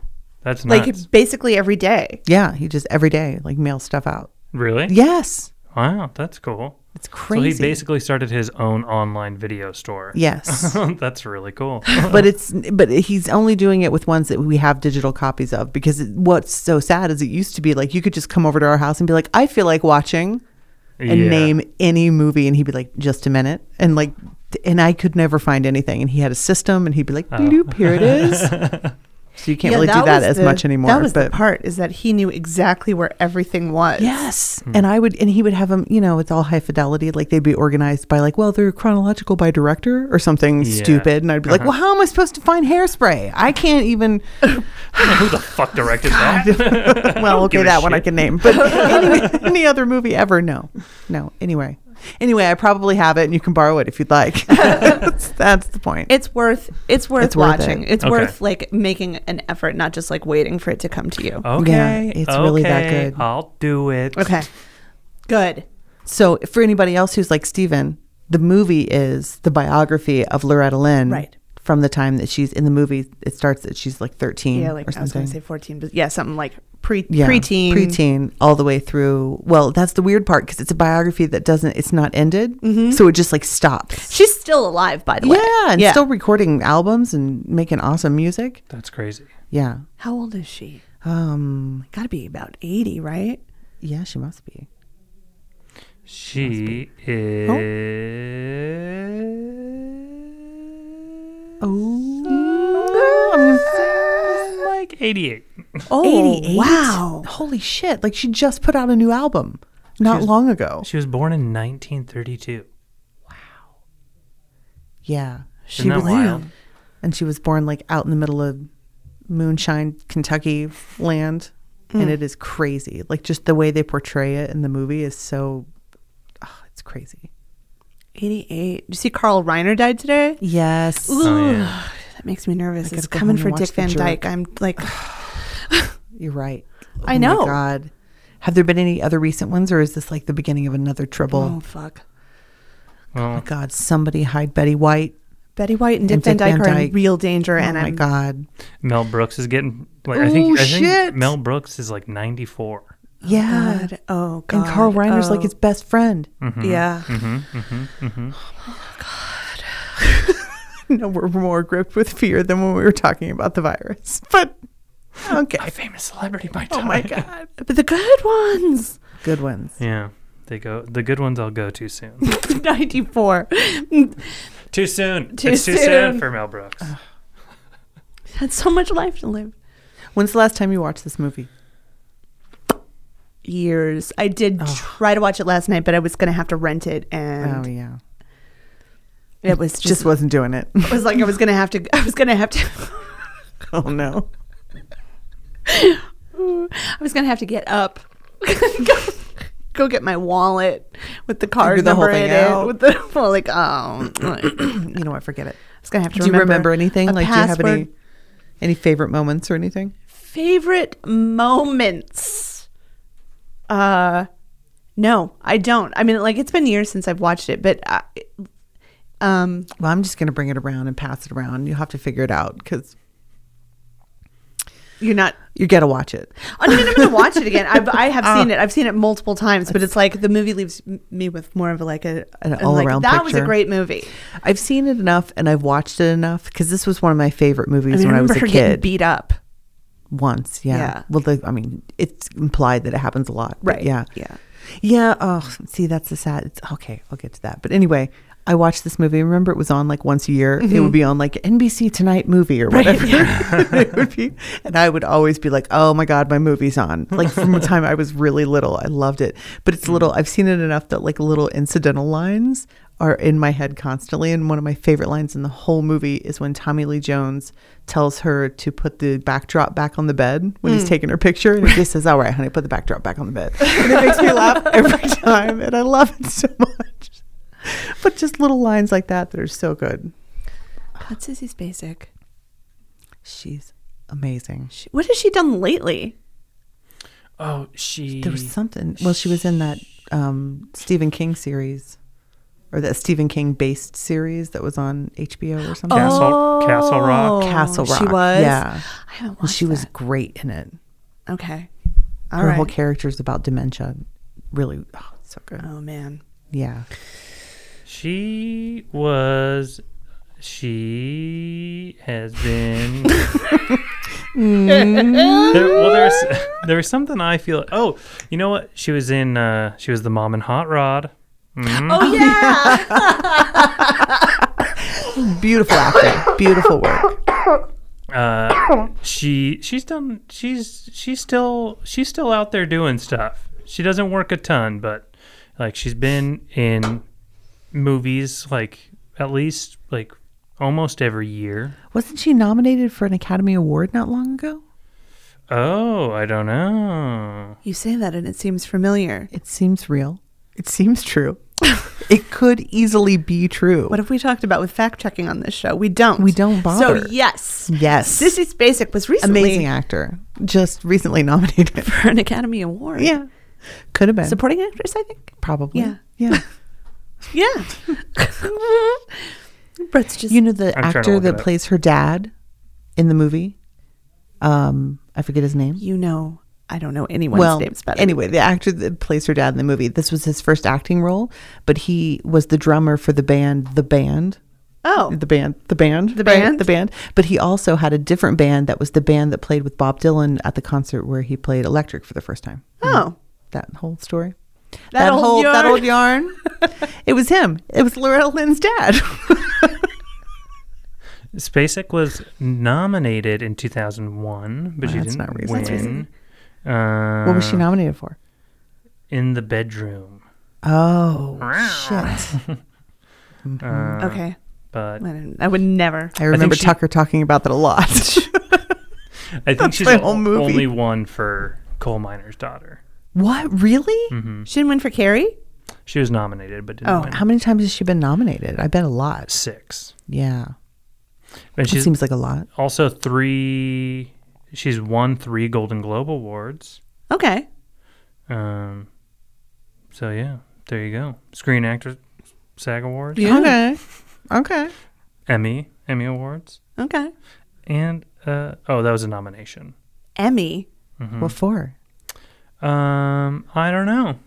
That's
like
nuts.
basically every day.
Yeah, he just every day like mails stuff out.
really?
Yes,
Wow, that's cool.
it's
So
crazy.
he basically started his own online video store.
yes,
that's really cool.
but it's but he's only doing it with ones that we have digital copies of because it, what's so sad is it used to be like you could just come over to our house and be like I feel like watching and
Yeah.
name any movie and he'd be like just a minute and like and I could never find anything and he had a system and he'd be like
Oh.
bloop here it is so you can't really do that
was
as
the-
much anymore
That was
but
the part is that he knew exactly where everything was.
Yes.
Hmm.
And I would, and he would have them, you know, it's all high fidelity. Like they'd be organized by like, well, they're chronological by director or something
Yeah. Uh-huh.
stupid. And I'd be like, well, how am I supposed to find hairspray? I can't even,
Who the fuck directed that?
well, okay,
give a
that one I
shit.
can name, but any, any other movie ever? No, no. Anyway, anyway, I probably have it and you can borrow it if you'd like. that's, that's the point.
It's worth it's worth
It's worth
watching.
it.
it's
Okay.
worth like making an effort, not just like waiting for it to come to you.
Okay.
it's really that
okay,
good.
I'll do it.
Okay. Good.
so for anybody else who's like Steven, the movie is the biography of Loretta Lynn.
Right.
From the time that she's in the movie, it starts that she's like 13
Yeah, like
or
I
something.
was going to say 14, but yeah, something like pre
yeah,
preteen.
preteen, all the way through. Well, that's the weird part because it's a biography that doesn't, it's not ended,
Mm-hmm.
so it just like stops.
She's still alive, by the way.
yeah, and still recording albums and making awesome music.
That's crazy.
Yeah,
How old is she?
um,
Got to be about 80, right?
yeah, she must be.
She is.
Oh, I'm gonna say-
Like 88.
oh,
88? Wow.
holy shit! Like she just put out a new album not
was-
long ago.
She was born in 1932.
Yeah,
Isn't that wild?
and she was born like out in the middle of moonshine kentucky land and it is crazy like just the way they portray it in the movie is so ah, it's crazy
88. Did you see Carl Reiner died today?
yes
Oh, yeah.
That makes me nervous. It's
gotta go
coming
home
for
and watch
Dick
The
Van
Jerk.
Dyke. I'm like,
you're right
I
Oh my
know.
god have there been any other recent ones or is this like the beginning of another triple
oh, fuck.
Well,
god somebody hide betty white
Betty White and Dick
And
Van
Dick
Dyke
Van
are in
Dyke.
real danger, and
oh my
I'm
god
Mel Brooks is getting. Like, I think,
Ooh,
I think
Oh, shit.
Mel Brooks is like 94.
yeah
God. Oh, God.
and carl reiner's like
Oh,
his best friend
Yeah.
Mm-hmm.
Oh,
no we're more gripped with fear than when we were talking about the virus but okay
My famous celebrity, my
oh my god
But the good ones.
good ones
Yeah. They go. The good ones I'll go too soon.
94. Mm.
too soon.
Too
it's too
soon.
soon for Mel Brooks.
Had so much life to live.
When's the last time you watched this movie?
Years. I did try to watch it last night, but I was going to have to rent it, and
oh yeah,
it was
just
just.
wasn't doing it.
it was like I was gonna have to. I was gonna have to.
oh no,
I was gonna have to get up, go, go get my wallet with the card
Figure the whole
number
thing
in it.
out.
With the well, like, oh, I
you know what? Forget it.
was gonna have to.
Do you remember anything?
a
Like, do you have any
password.
any favorite moments or anything?
favorite moments? Uh, no, I don't. I mean, like, it's been years since I've watched it, but I, um,
Well, I'm just gonna bring it around and pass it around. You'll have to figure it out because
you're not.
you gotta watch it.
I mean, I'm gonna watch it again. I've, I have seen it. I've seen it multiple times, but it's like the movie leaves m- me with more of like a
An
I'm like,
all-around
That was a
picture."
great movie.
I've seen it enough and I've watched it enough because this was one of my favorite movies
I mean,
when
I
I was
remember
a
her getting
kid.
beat up.
Once, yeah.
Yeah.
Well, the, I mean, it's implied that it happens a lot. but
Right.
Yeah.
Yeah.
Yeah. Oh, see, that's the sad. It's, okay, I'll get to that. But anyway, I watched this movie. Remember, it was on like once a year.
Mm-hmm.
It would be on like NBC Tonight movie or whatever. it would be, and I would always be like, "Oh my god, my movie's on!" Like from the time I was really little, I loved it. But it's little.
Mm.
I've seen it enough that like little incidental lines are in my head constantly. And one of my favorite lines in the whole movie is when Tommy Lee Jones tells her to put the backdrop back on the bed when he's taking her picture. And he just says, All right, honey, put the backdrop back on the bed. And it makes me laugh every time. And I love it so much. But just little lines like that that are so good.
God, Sissy's basic.
She's amazing.
She, what has she done lately?
Oh, she.
There was something. Well, she was in that um, Stephen King series, or that Stephen King based series that was on HBO or something.
Castle, Castle Rock.
Castle
She
Rock,
was.
yeah.
I haven't watched.
Well, she was
that.
great in it.
okay. All
Her
right.
whole character's about dementia. Really, oh, it's so good.
oh man.
Yeah.
She was. She has been. Mm. there, well, there's there was something I feel. Oh, you know what? She was in. Uh, she was the mom in Hot Rod. Mhm.
Oh yeah.
Beautiful acting. Beautiful work.
Uh, she she's done. She's she's still she's still out there doing stuff. She doesn't work a ton, but like she's been in movies like at least like almost every year.
Wasn't she nominated for an Academy Award not long ago?
Oh, I don't know.
you say that and it seems familiar.
It seems real. It seems true. it could easily be true.
What have we talked about with fact checking on this show? We don't.
We don't bother.
So yes.
Yes.
Sissy's basic was recently
amazing actor. Just recently nominated.
for an Academy Award.
yeah. Could have been.
Supporting actress, I think.
Probably.
Yeah.
Yeah.
Yeah. Brett's just
you know the
I'm trying to
actor
look it
that
up.
plays her dad in the movie? Um, I forget his name.
you know, I don't know anyone's names better.
Anyway, the actor that plays her dad in the movie, this was his first acting role, but he was the drummer for the band The Band.
Oh.
The band, the band, the
band?
the band. But he also had a different band that was the band that played with Bob Dylan at the concert where he played Electric for the first time. Mm-hmm.
Oh.
that whole story, that,
old
whole that
yarn.
old yarn. it was him. It was Loretta Lynn's dad.
Spacek was nominated in 2001, but she
that's
didn't
not recent. That's
win. Uh,
what was she nominated for?
In the bedroom,
Oh shit!
Okay.
but
I, didn't- I would never.
I remember
she-
Tucker talking about that a lot.
I think she's
my
the
whole movie.
only one for coal miner's daughter.
what really?
She didn't win for Carrie.
She was nominated but didn't
Oh,
win.
How many times has she been nominated? I bet a lot.
Six,
Yeah,
and
it
she's
seems like a lot.
also three. She's won three Golden Globe awards.
Okay.
Um, so yeah, there you go. Screen Actors SAG Awards,
Okay, okay.
Emmy, Emmy Awards,
Okay.
and uh, oh, that was a nomination.
Emmy.
What for?
Um, I don't know.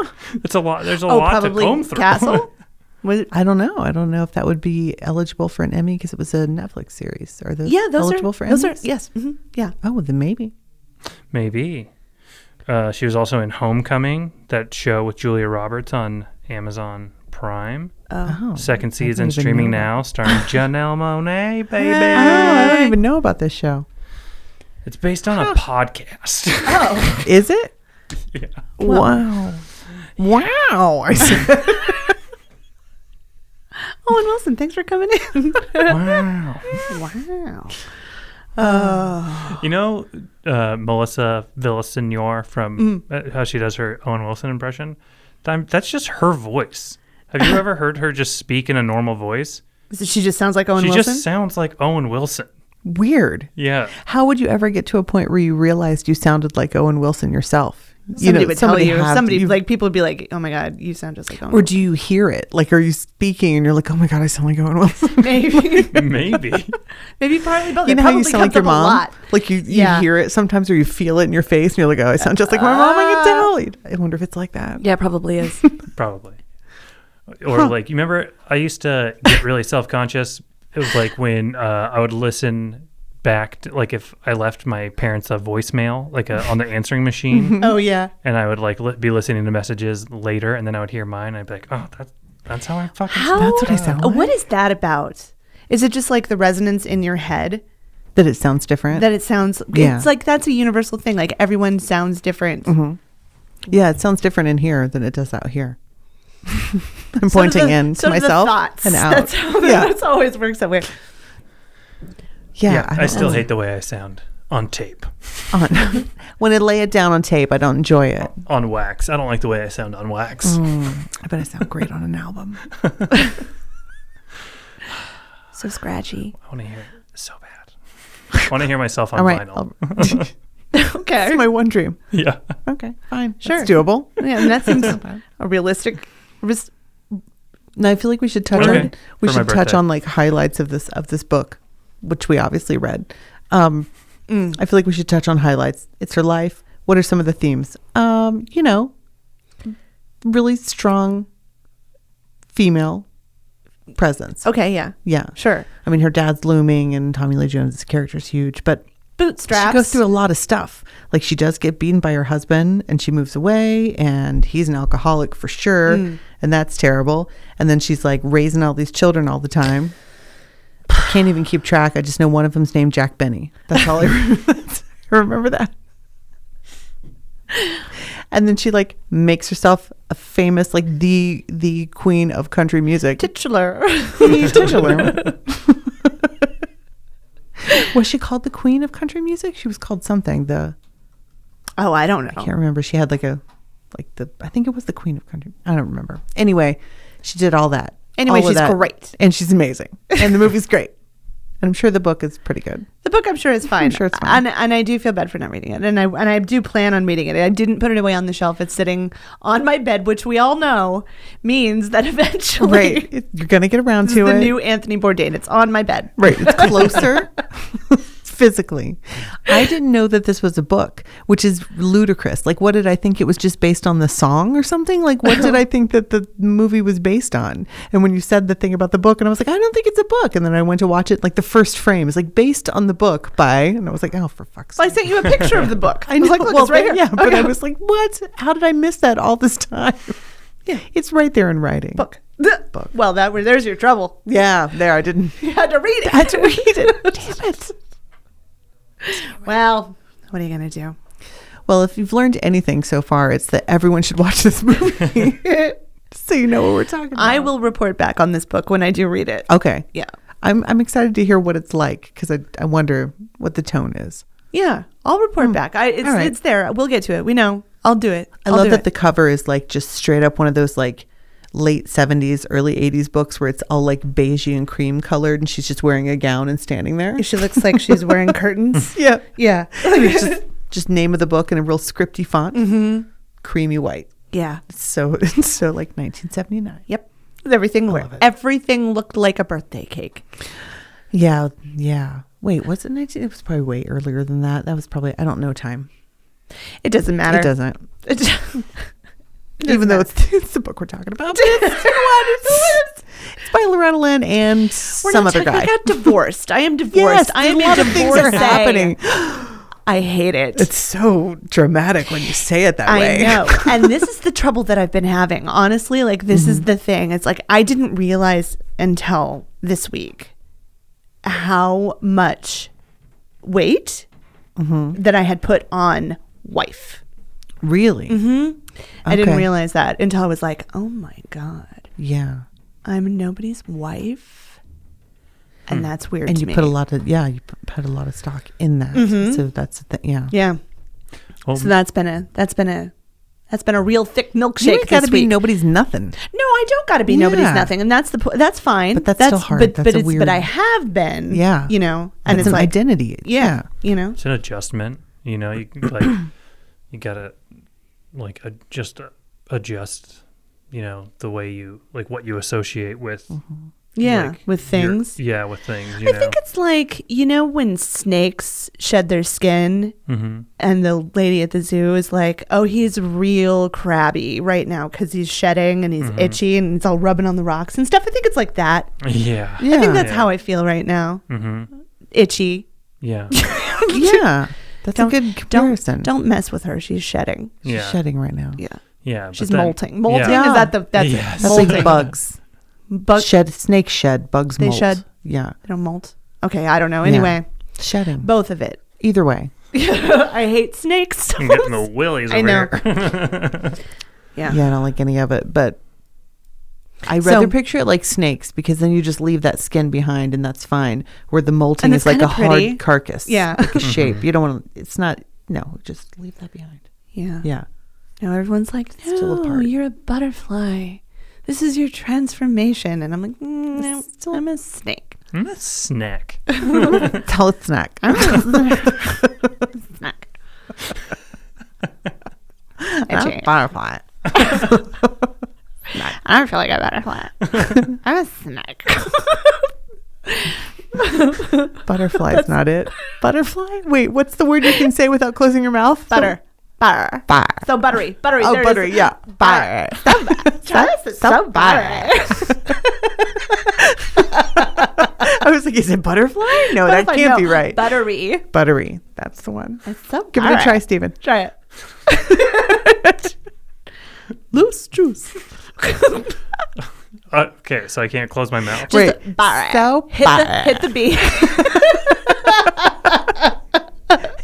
It's a lot. There's a
Oh,
lot to
probably
comb through.
Castle. Was it,
I don't know. I don't know if that would be eligible for an Emmy because it was a Netflix series. Are those
yeah, those
eligible
are
for
those are
Emmys?
yes. hmm yeah.
Oh, well, then maybe.
Maybe. Uh, she was also in Homecoming, that show with Julia Roberts on Amazon Prime.
Oh,
Second
I didn't
season
even
streaming
know that.
now, starring Janelle Monet, baby.
Oh, I don't even know about this show.
It's based on a podcast.
Is it?
Yeah.
Wow. Wow. I said,
Owen Wilson, thanks for coming in.
wow.
wow.
You know uh, Melissa Villasenor from
Mm-hmm.
uh, how she does her Owen Wilson impression? That- That's just her voice. Have you ever heard her just speak in a normal voice?
So she just sounds like Owen
she
Wilson.
just sounds like Owen Wilson.
Weird.
Yeah.
How would you ever get to a point where you realized you sounded like Owen Wilson yourself? you
somebody would tell you.
had-
Somebody
you-
like people would be like, "Oh my god, you sound just like Owen."
or do you hear it? Like, are you speaking and you're like, oh my God, I sound like Owen Wilson?
maybe,
Maybe.
maybe partly both.
you
It
know how you
probably
sound like
comes
your
up a
mom?
lot.
Like, you, you
Yeah.
hear it sometimes or you feel it in your face and you're like, oh, I sound just like my mom.
Ah.
I can tell. I wonder if it's like that.
Yeah, probably is.
Probably. Or like you remember I used to get really self conscious. It was like when uh, I would listen back to, like if I left my parents a voicemail like a, on the answering machine
oh yeah.
and I would like li- be listening to messages later and then I would hear mine and I'd be like, "Oh, that's that's how I fucking
How?
That's what I sound
Uh,
like.
What is that about? Is it just like the resonance in your head
That it sounds different.
that it sounds?
Yeah. Mm-hmm.
It's like that's a universal thing. Like everyone sounds different.
Yeah, it sounds different in here than it does out here. I'm
So do
pointing
the-
in to
so do the
myself
thoughts.
and out.
That's how
yeah,
that's always works that way.
yeah.
Yeah, I,
don't
still
know.
hate the way I sound on tape,
on. when I lay it down on tape. I don't enjoy it.
on wax. I don't like the way I sound on wax.
I bet I sound great on an album.
So scratchy.
I want to hear it so bad. I want to hear myself on
All right.
vinyl.
I'll-
Okay.
That's my one dream.
Yeah.
Okay, fine.
Sure.
It's doable.
yeah, and that seems a realistic. res-
Now I feel like we should touch
Okay.
on we
For my
should touch
birthday.
on like highlights of this of this book, which we obviously read. Um,
Mm.
I feel like we should touch on highlights. It's her life. What are some of the themes? Um, you know, really strong female presence.
Okay, yeah.
Yeah,
Sure.
I mean, her dad's looming, and Tommy Lee Jones' character's huge, but
Bootstraps.
she goes through a lot of stuff. Like she does get beaten by her husband and she moves away and he's an alcoholic for sure and that's terrible. And then she's like raising all these children all the time. I can't even keep track. I just know one of them's named Jack Benny. That's all I remember. I remember that. And then she like makes herself a famous like the the queen of country music.
titular.
Titular. was she called the queen of country music? She was called something. The
oh, I don't know.
I can't remember. She had like a like the I think it was the queen of country. I don't remember. Anyway, she did all that.
Anyway,
All of
she's great.
and she's amazing, and the movie's great, and I'm sure the book is pretty good.
The book, I'm sure, is fine.
sure it's fine.
And, and I do feel bad for not reading it. And I and I do plan on reading it. I didn't put it away on the shelf. It's sitting on my bed, which we all know means that eventually
Right, It- you're gonna get around
this
to
is the
it.
new Anthony Bourdain. It's on my bed.
Right. It's closer physically. I didn't know that this was a book, which is ludicrous. Like, what did I think it was just based on the song or something? Like, what did I think that the movie was based on? And when you said the thing about the book, and I was like, I don't think it's a book. And then I went to watch it, like, the first frame is like based on the book by, and I was like, oh, for fuck's
So I
sake.
sent you a picture of the book.
I was
was like, look, it's right here.
Yeah, but
Okay.
I was like, what? How did I miss that all this time? Yeah. It's right there in writing.
book. book. Well, that were there's your trouble.
Yeah, there. I didn't.
You had to read it.
I had to read it. Damn it.
Well, what are you gonna do?
Well, if you've learned anything so far, it's that everyone should watch this movie so you know what we're talking about.
I will report back on this book when I do read it.
Okay.
Yeah.
I'm, I'm excited to hear what it's like because I, I wonder what the tone is.
Yeah, I'll report back. I it's
Hmm. All right.
it's there. We'll get to it. We know. I'll do it.
I
I'll
love
do
that
it.
the cover is like just straight up one of those like late 70s, early 80s books where it's all like beigey and cream colored and she's just wearing a gown and standing there.
she looks like she's wearing curtains.
yeah.
Yeah.
And it's just, just name of the book in a real scripty font. Mm-hmm. Creamy white.
yeah.
It's so, it's so like 1979.
Yep. Everything wor- everything looked like a birthday cake.
Yeah, yeah. Wait, was it 19? It was probably way earlier than that. That was probably, I don't know time.
It doesn't matter.
It doesn't.
It doesn't.
Even though it's, it's the book we're talking about. but It's, you know what? It's- it's by Loretta Lynn and
We're
some
not
other
talking-
guy.
I got divorced. I am divorced. I
there's
am
a lot of things that are happening.
I hate it.
It's so dramatic when you say it that
I
way.
know. and this is the trouble that I've been having. Honestly, like this
Mm-hmm.
is the thing. It's like I didn't realize until this week how much weight
Mm-hmm.
that I had put on wife.
Really?
Mm-hmm. I didn't
Okay.
realize that until I was like, "Oh my god,
Yeah.
I'm nobody's wife." And that's weird
Hmm. And
to
you
me. Mm-hmm.
put a lot of, yeah, you put- put a lot of stock in that. So that's the thing. Yeah.
Yeah.
Well,
So that's been a that's been a that's been a real thick milkshake.
You ain't got to
this
be
week.
nobody's nothing.
No, I don't got to be nobody's
Yeah.
nothing, and that's the po- that's fine.
But that's still hard.
But,
That's
but
a
it's
weird-
but I have been.
Yeah.
you know, and
That's an
it's like
identity.
Yeah, you know,
it's an adjustment. You know, you can, like you gotta like ad- just uh, adjust. You know the way you like what you associate with
yeah,
like,
with
your-
things.
yeah, with things. You
I
know,
think it's like you know when snakes shed their skin,
Mhm.
and the lady at the zoo is like, "Oh, he's real crabby right now because he's shedding and he's
Mm-hmm.
itchy and it's all rubbing on the rocks and stuff." I think it's like that.
yeah,
Yeah. Mm.
I think that's
Yeah.
how I feel right now.
mm-hmm.
Itchy.
yeah,
Yeah. That's
Don't-
a good comparison.
Don't mess with her. She's shedding.
She's
yeah,
shedding right now.
Yeah,
yeah. but
she's
then-
molting. Molting
Yeah.
is that the that's
Yeah.
it.
That's
That's
molting.
like bugs.
Bug-
shed snakes shed bugs
They
molt.
shed.
Yeah.
They don't molt. Okay, I don't know. Anyway,
Shedding.
both of it.
Either way.
I hate snakes.
I'm getting the willies
I
over
know.
here.
yeah.
Yeah, I don't like any of it, but I
So-
rather picture it like snakes because then you just leave that skin behind and that's fine. Where the molting
And
is
it's
like a
kinda pretty.
hard carcass.
Yeah.
Like a shape. You don't want to, it's not, no, just leave that behind.
Yeah.
Yeah.
Now everyone's like,
still a
"No,
part."
you're a butterfly. This is your transformation." And I'm like, mm, "No, I'm a snake."
I'm a snack.
Tell it snack.
Snack.
I'm a
Itchy.
butterfly.
I don't feel like I better flat. I'm a snack.
Butterfly's not it. Butterfly? Wait, what's the word you can say without closing your mouth?
Butter. Butter.
Butter.
So buttery. Buttery.
Oh,
there it is.
buttery, yeah. Butter.
Travis is so buttery.
I was like, is it butterfly? No, that
Butterfly,
can't
no.
be right.
Buttery.
Buttery. That's the one.
It's so
Give it a
buttery.
try, Stephen.
Try it.
Loose juice.
Uh, okay, so I can't close my mouth.
Wait.
buttery.
So
Hit the, hit the B.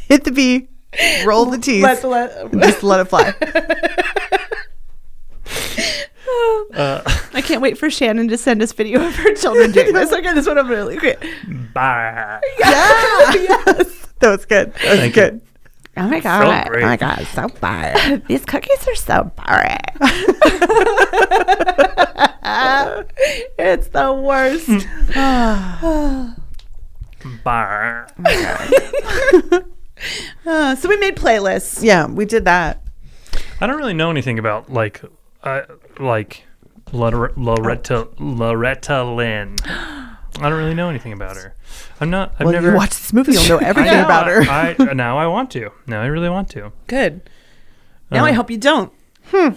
Hit the B. Roll the T's.
Let- let-
and just let it fly.
Uh,
I can't wait for Shannon to send us video of her children doing this. Okay, this one I'm really great.
Bah.
That was good. That was
Thank you.
good.
Oh my
God. great. Oh my
god, so bad. These cookies are so bad. it's the worst.
Bah.
Hmm.
Uh, so we made playlists.
Yeah, we did that.
I don't really know anything about like, uh, like Lore- Loretta Loretta Lynn. I don't really know anything about her. I'm not. I've
Well,
never
you watch this movie, you'll know
I
everything
know,
about her.
I, I- now I want to. Now I really want to.
Good. Now I
Uh,
hope you don't. Hmm.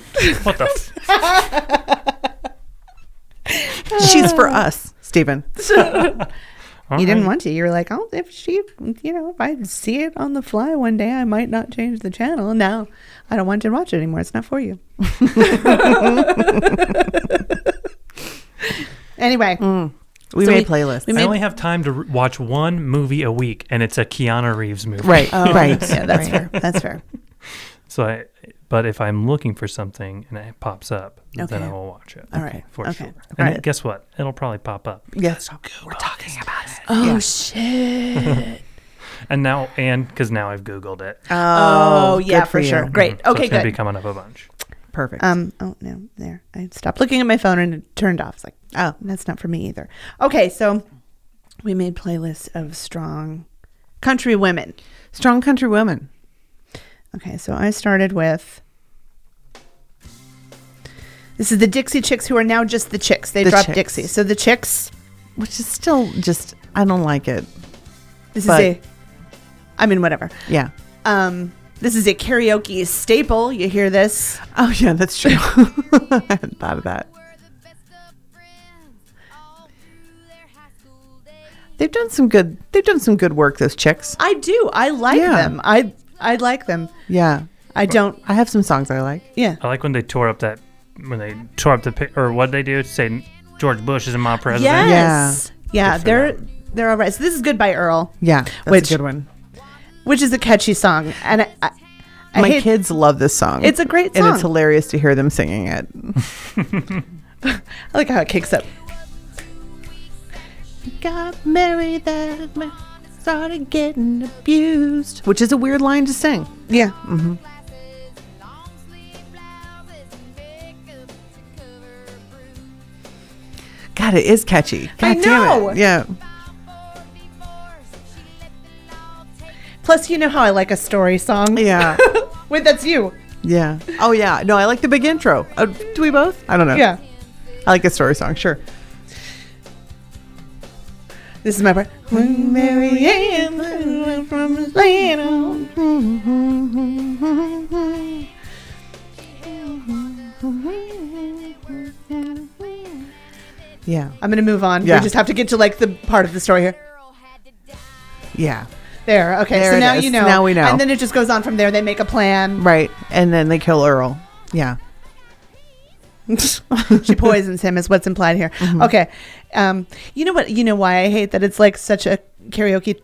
What the? F-
She's for us, Stephen.
All
You didn't
right.
want to. You were like, oh, if she, you know, if I see it on the fly one day, I might not change the channel. Now I don't want to watch it anymore. It's not for you. anyway,
We
So
made
we-
playlists.
we
I
made-
only have time to r watch one movie a week, and it's a Keanu Reeves movie.
right, Oh.
oh,
right.
yeah, that's
right.
fair. That's fair.
So I, but if I'm looking for something and it pops up, then I
Okay.
will watch it.
All right.
for
Okay.
sure.
All
And
right.
guess what? It'll probably pop up.
Yes, we're talking about it. Oh,
shit!
And now, and because now I've Googled it, so
Oh, yeah,
good
for,
for
sure.
you.
Great. Okay,
it's gonna
good.
be coming up a bunch.
perfect.
Um. Oh no. There. I stopped looking at my phone and it turned off. It's like, oh, that's not for me either. Okay, so we made playlists of strong country women.
Strong country woman.
Okay, so I started with. This is the Dixie Chicks, who are now just the Chicks. They
The
dropped
Chicks.
Dixie. So the Chicks.
which is still just I don't like it.
This
But-
is a. I mean, whatever.
Yeah.
Um, this is a karaoke staple. You hear this?
Oh yeah, that's true. I hadn't thought of that.
Were the best of friends all through their high school days.
They've done some good. They've done some good work. Those chicks.
I do. I like
Yeah.
them. I I like them.
Yeah,
I don't.
I have some songs I like.
Yeah.
I like when they tore up that when they tore up the pi- or what they do say George Bush isn't my president.
Yes. Yeah.
Good for
they're
them.
they're all right. So this is "Goodbye Earl,"
Yeah, that's
Which-
a good one.
which is a catchy song, and I, I, I
My
hate-
kids love this song.
It's a great
and
song.
it's hilarious to hear them singing it.
I like how it kicks up.
Got married that ma- started getting abused, which is a weird line to sing.
Yeah.
Glasses, long sleeve blouses, and makeup to cover bruise.
God, it is catchy. God
I
damn it.
know.
Yeah,
Bound for divorce, she let the law take
Plus, you know how I like a story song.
yeah,
Wait, that's you.
yeah. Oh yeah. No, I like the big intro. Uh, do we both? I don't know.
Yeah.
I like a story song. Sure.
This is my part. When Mary Ann flew from Atlanta.
Yeah.
I'm gonna move on.
Yeah.
We just have to get to like the part of the story here.
girl had to die.
Yeah.
There. Okay.
There
so
it
now
is.
you know.
Now we know.
And then it just goes on from there. They make a plan.
Right. And then they kill Earl. Yeah.
she poisons him is what's implied here
Mm-hmm.
okay um, you know what you know why i hate that it's like such a karaoke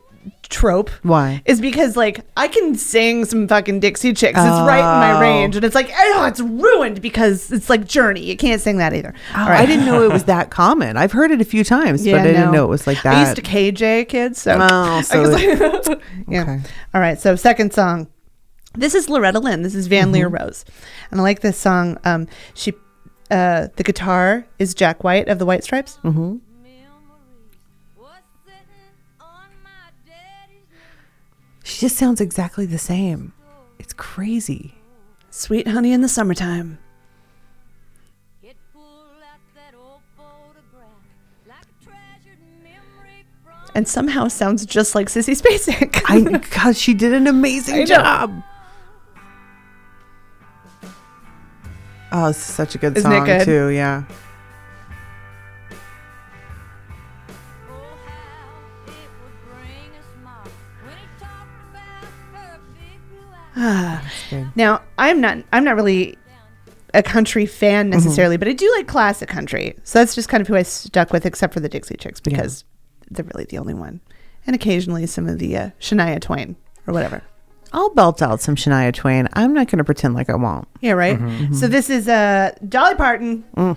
trope
Why?
is because like i can sing some fucking dixie chicks it's right in my
Oh.
range and it's like oh it's ruined because it's like journey you can't sing that either
Oh, I didn't know it was that common. I've heard it a few times, but I didn't know it was like that.
i used to kj kids so,
Oh, so
I was like- yeah
Okay.
all right so second song this is loretta lynn this is van leer
Mm-hmm.
rose and i like this song um, she
Mm-hmm.
uh, the guitar is jack white of the white stripes
Memories. What
She just sounds exactly the same. It's crazy.
Sweet honey in the summertime.
It pulled out that old photograph like a treasured memory from
And somehow sounds just like Sissy Spacek.
I because she did an amazing
know.
job. Oh, this is such a good
Isn't it
song
good?
too. Yeah.
oh how it would bring a smile when it talked about her big blue eyes.
Ah. Now, I'm not I'm not really a country fan
Mm-hmm.
necessarily, but I do like classic country. So that's just kind of who I stuck with, except for the Dixie Chicks, because they're really the only one, and occasionally some of the uh, Shania Twain or whatever.
I'll belt out some Shania Twain. I'm not going to pretend like I won't.
Yeah, right.
Mm-hmm.
So this is uh, Dolly Parton.
Gum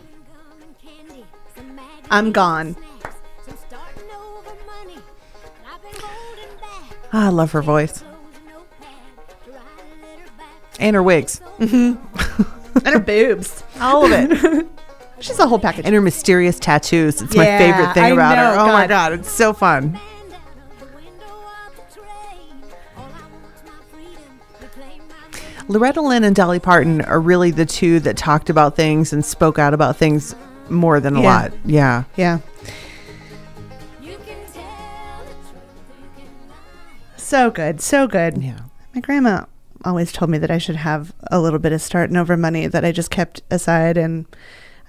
and candy, some magic
Oh. I'm gone.
snacks, some starting over money. And I've been holding back,
Ah, I love her voice
closed notepad to write a letter back.
and her wigs,
Mm-hmm.
and her boobs.
all of it,
She's a whole package.
and her mysterious tattoos. It's my
Yeah,
favorite
I
thing about her.
know,
Oh my
God.
god, it's so fun.
Stand out of the window of the train. All I want's my freedom, reclaim my name.
Loretta Lynn and Dolly Parton are really the two that talked about things and spoke out about things more than a
Yeah.
lot. Yeah.
Yeah.
You can tell the truth, you can lie.
So good. So good.
Yeah.
My grandma always told me that I should have a little bit of starting over money that I just kept aside, and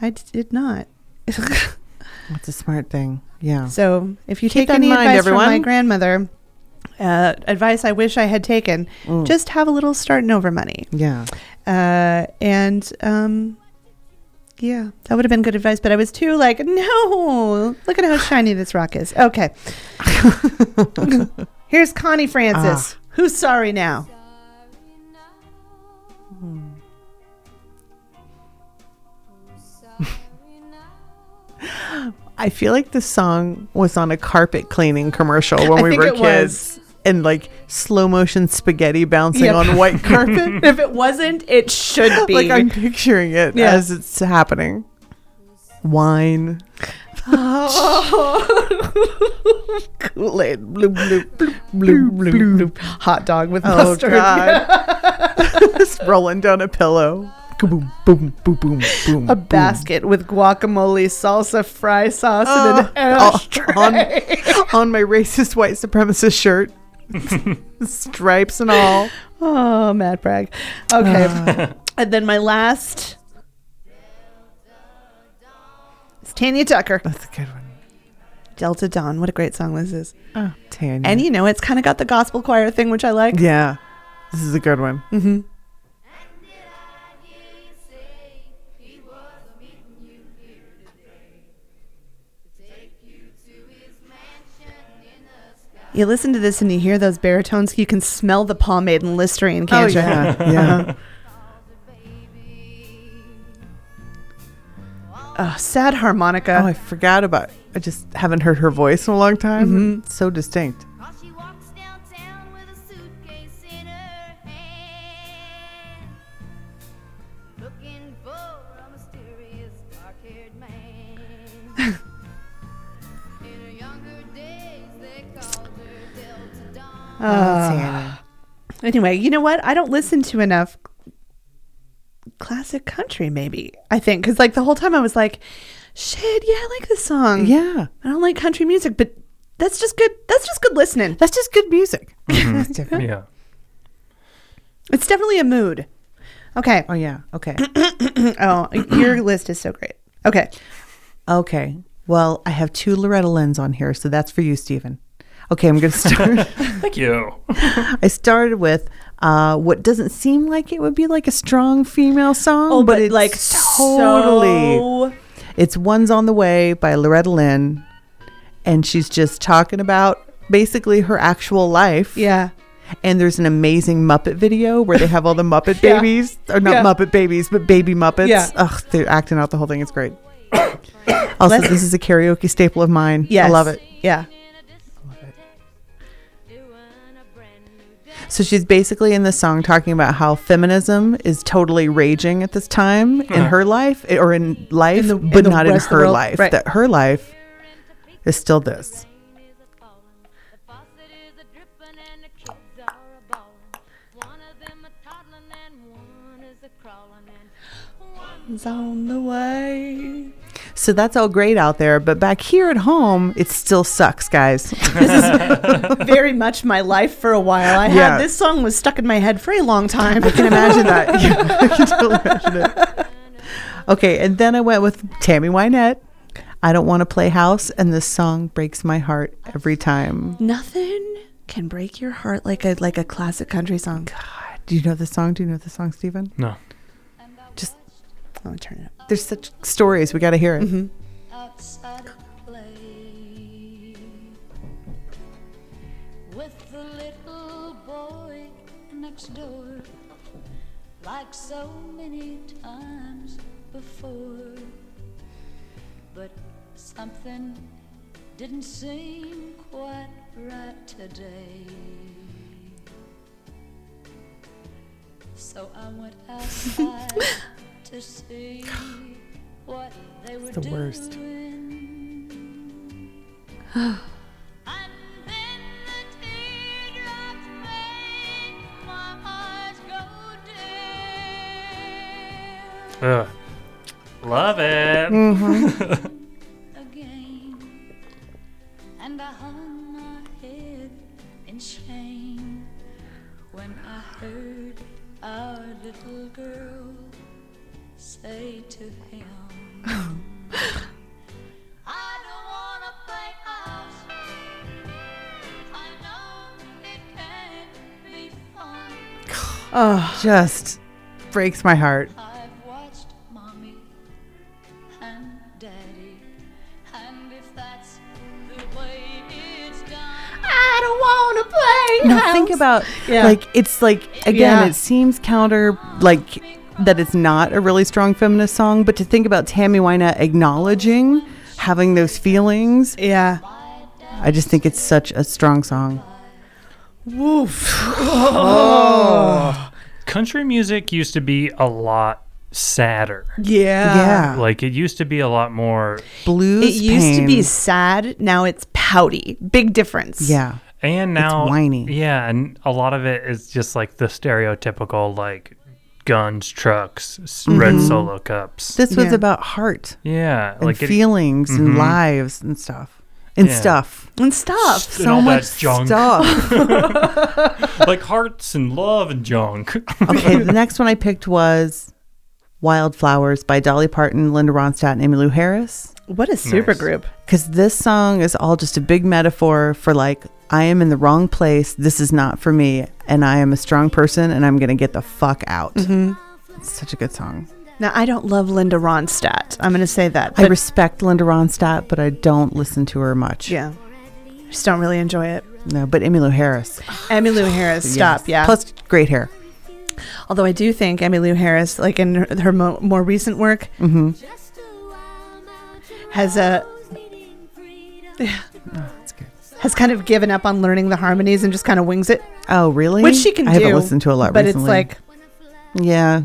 I d- did not.
That's a smart thing. Yeah.
so if you
Keep
take
that in
any
mind,
advice
everyone.
from my grandmother, uh, advice I wish I had taken,
Mm.
just have a little starting over money.
Yeah.
Uh, and um, yeah, that would have been good advice, but I was too like, no, look at how shiny this rock is. Okay. Here's Connie
Ah.
Francis. Who's sorry now?
Sorry now. Sorry now.
I feel like this song was on a carpet cleaning commercial when
I
we
think
were
it
kids. And like slow motion spaghetti bouncing
Yep.
on white carpet.
if it wasn't, it should be.
like I'm picturing it
Yeah.
as it's happening. Wine.
Kool Aid. Bloop, bloop, bloop, bloop, bloop, bloop. Hot dog with
Oh
mustard.
god. Just rolling down a pillow. Kaboom, boom, boom, boom, boom.
A
boom.
basket with guacamole, salsa, fry sauce,
Oh,
and an ashtray.
on, on my racist white supremacist shirt. Stripes and all.
Oh, Matt Bragg. Okay. and then my last is Tanya Tucker.
That's a good one.
Delta Dawn. What a great song this is.
Oh, Tanya.
And you know, it's kind of got the gospel choir thing, which I like.
yeah. This is a good one.
You listen to this and you hear those baritones. You can smell the pomade and Listerine, can't you?
Oh, yeah. Uh-huh. yeah.
Oh, sad harmonica.
Oh, I forgot about. I just haven't heard her voice in a long time. It's so distinct.
Cause she walks downtown with a suitcase in her hand. Looking for a mysterious dark haired man. in her younger days, they called her Delta Dawn.
Uh,
Anyway, you know what? I don't listen to enough classic country, maybe. I think. Because, like, the whole time I was like, shit, yeah, I like this song.
Yeah,
I don't like country music, but that's just good. That's just good listening.
that's just good music. that's different.
Yeah.
It's definitely a mood. Okay.
Oh yeah. Okay.
Oh, your list is so great. Okay.
okay. Well, I have two Loretta Lynn's on here, so that's for you, Stephen. Okay, I'm gonna start.
Thank you.
I started with uh, what doesn't seem like it would be like a strong female song, Oh,
Oh,
but, it's like totally. It's One's on the Way by Loretta Lynn. And she's just talking about basically her actual life.
Yeah.
And there's an amazing Muppet video where they have all the Muppet
Yeah.
babies. Or not
Yeah.
Muppet babies, but baby Muppets.
Yeah.
Ugh, they're acting out the whole thing. It's great. also,
Let's-
this is a karaoke staple of mine. I
Yes.
love it.
Yeah.
Doing a brand new day.
So she's basically in this song talking about how feminism is totally raging at this time in her life or in life,
In the- in
but
the
not in
rest of the
her
world.
life.
Right.
That her life is still this.
Rain is a falling, the faucet is a dripping, and the kids are
Something's on the way.
So that's all great out there, but back here at home, it still sucks, guys.
Very much my life for a while. I
Yeah.
had this song was stuck in my head for a long time.
I can imagine that. Yeah, I can totally imagine it. Okay, and then I went with Tammy Wynette. I don't want to play house, and this song breaks my heart every time.
Nothing can break your heart like a like a classic country song.
Do you know the song? Do you know the song, Stephen?
No.
I'm gonna turn it up.
There's such stories. We got to hear it.
outside of play with the little boy next door, like so many times before. But something didn't seem quite right today. So I went outside to see what they were
the worst.
doing. And then the teardrops made my eyes go dim.
Ugh. Love it.
again, and I hung my head in shame when I heard our little girl say to him, I don't want to play house. I know it can't be fun.
Just breaks my heart.
I've watched mommy and daddy, and if that's the way it's done,
I don't wanna play.
No, think about
Yeah.
like it's like again,
Yeah.
it seems counter like that it's not a really strong feminist song, but to think about Tammy Wynette acknowledging having those feelings,
Yeah.
I just think it's such a strong song.
Woof.
Country music used to be a lot sadder.
Yeah.
Yeah.
Like it used to be a lot more
Blues.
It used to be
pain.
sad. Now it's pouty. Big difference.
Yeah.
and now
whiny.
Yeah, and a lot of it is just like the stereotypical like guns, trucks, s red solo cups.
Mm-hmm. This was
Yeah.
about heart
yeah,
and
like it- Mm-hmm.
feelings and lives and stuff. And
Yeah.
stuff.
And stuff.
and
so
all
much
that junk.
stuff.
like hearts and love and junk.
okay, the next one I picked was Wildflowers by Dolly Parton, Linda Ronstadt, and Emmylou Harris.
What a super group.
Because this song is all just a big metaphor for like, I am in the wrong place. This is not for me. And I am a strong person and I'm going to get the fuck out. It's such a good song.
Now I don't love Linda Ronstadt. I'm gonna say that.
I
but-
respect Linda Ronstadt, but I don't listen to her much.
yeah. Just don't really enjoy it.
No, but Emmylou Harris.
Emmylou Harris, stop.
Yes.
Yeah.
Plus, great hair.
Although I do think Emmylou Harris, like in her, her mo- more recent work,
just a while now to
has uh, a
rose needing freedom.
has kind of given up on learning the harmonies and just kind of wings it,
Oh, really?
which she can
I
do.
haven't listened to a lot
but
recently.
it's like
like, yeah.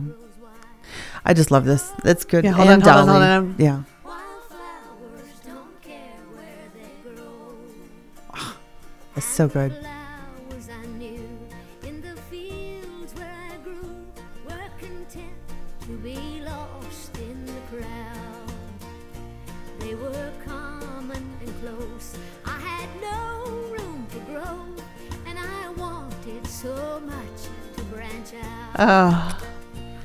I just love this. That's good.
Yeah, hold
And
on, hold
Dolly.
on, hold on.
Yeah.
Wildflowers don't care where they grow.
It's so good.
Flowers I knew in the fields where I grew were content to be lost in the crowd. They were common and close. I had no room to grow, and I wanted so much to branch out.
oh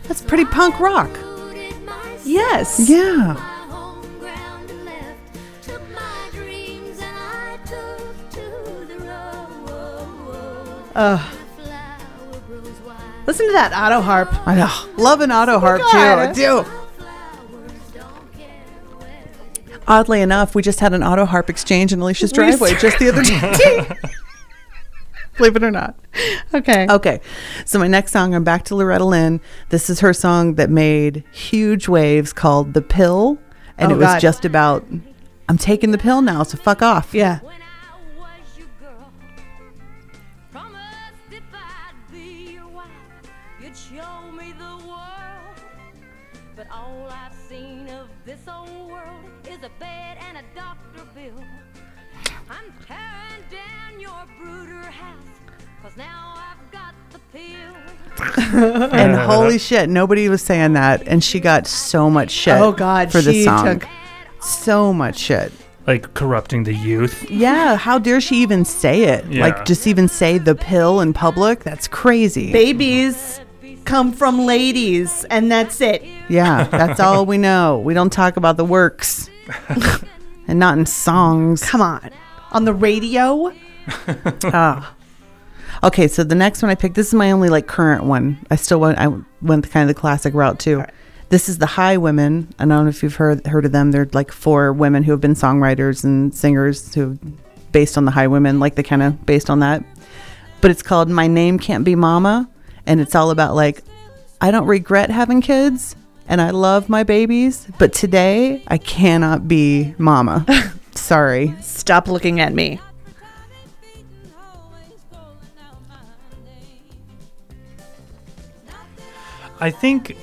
That's pretty punk rock.
Rooted myself
yes,
Yeah.
my home ground and left. Took my dreams and I took to the road.
Ugh.
The flower grows wide.
Listen to that auto harp.
I know. Love an auto harp, too. I
God.
do.
Flowers don't care where they grow.
Oddly enough, we just had an auto harp exchange in Alicia's
We
driveway
sure
just the other day. Believe it or not. Oh,
Okay.
Okay. So my next song, I'm back to Loretta Lynn. This is her song that made huge waves called The Pill. And
Oh,
it was
God.
just about I'm taking the pill now, so fuck off.
Yeah.
When I was your girl, promised if I'd be your wife, you'd show me the world. But all I've seen of this old world is a bed and a doctor bill. I'm tearing down your brooder house, cause now I've got the pill.
And holy shit, nobody was saying that, and she got so much shit.
Oh, God,
for
she
this song,
took-
so much shit.
like corrupting the youth.
Yeah, how dare she even say it?
Yeah.
Like, just even say the pill in public? That's crazy.
Babies come from ladies, and that's it.
yeah, that's all we know. We don't talk about the works, and not in songs.
Come on. On the radio?
Ah. Okay, so the next one I picked. This is my only like current one. I still went. I went the kind of the classic route too. This is the High Women. I don't know if you've heard heard of them. They're like four women who have been songwriters and singers who, based on the High Women, like they kind of based on that. But it's called My Name Can't Be Mama, and it's all about like, I don't regret having kids, and I love my babies, but today I cannot be mama. Sorry,
Stop looking at me.
I think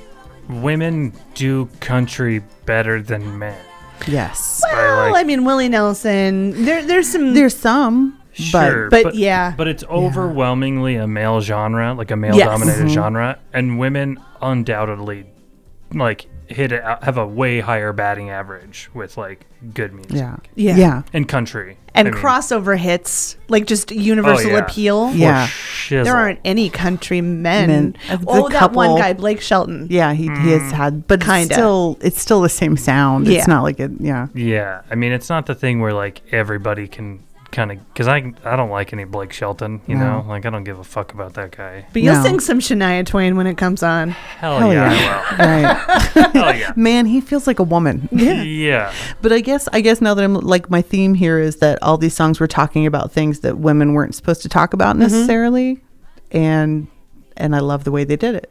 women do country better than men.
yes.
I
Well,
like-
I mean, Willie Nelson. There, there's some.
There's some,
Sure,
but yeah. Mm-hmm.
but it's overwhelmingly a male genre, like a male dominated genre, and women undoubtedly like hit it out, have a way higher batting average with like good music
but yeah,
Yeah.
yeah.
and country
and
I mean,
crossover hits, like just universal
Oh, yeah.
appeal.
for
Yeah.
shizzle.
There aren't any country men.
Men. Uh, the
oh, that one
couple-
guy, Blake Shelton.
Yeah, he, he has had, but it's
Mm. Kinda.
still it's still the same sound.
Yeah.
It's not like it. Yeah,
Yeah, I mean, it's not the thing where like everybody can kind of because I I don't like any Blake Shelton, you
No.
know, like I don't give a fuck about that guy.
But you'll
No.
sing some Shania Twain when it comes on.
Hell,
Hell
yeah,
yeah.
I
right.
will. Hell yeah.
Man, he feels like a woman.
Yeah.
But I guess I guess now that I'm like my theme here is that all these songs were talking about things that women weren't supposed to talk about
Mm-hmm.
necessarily, and and I love the way they did it.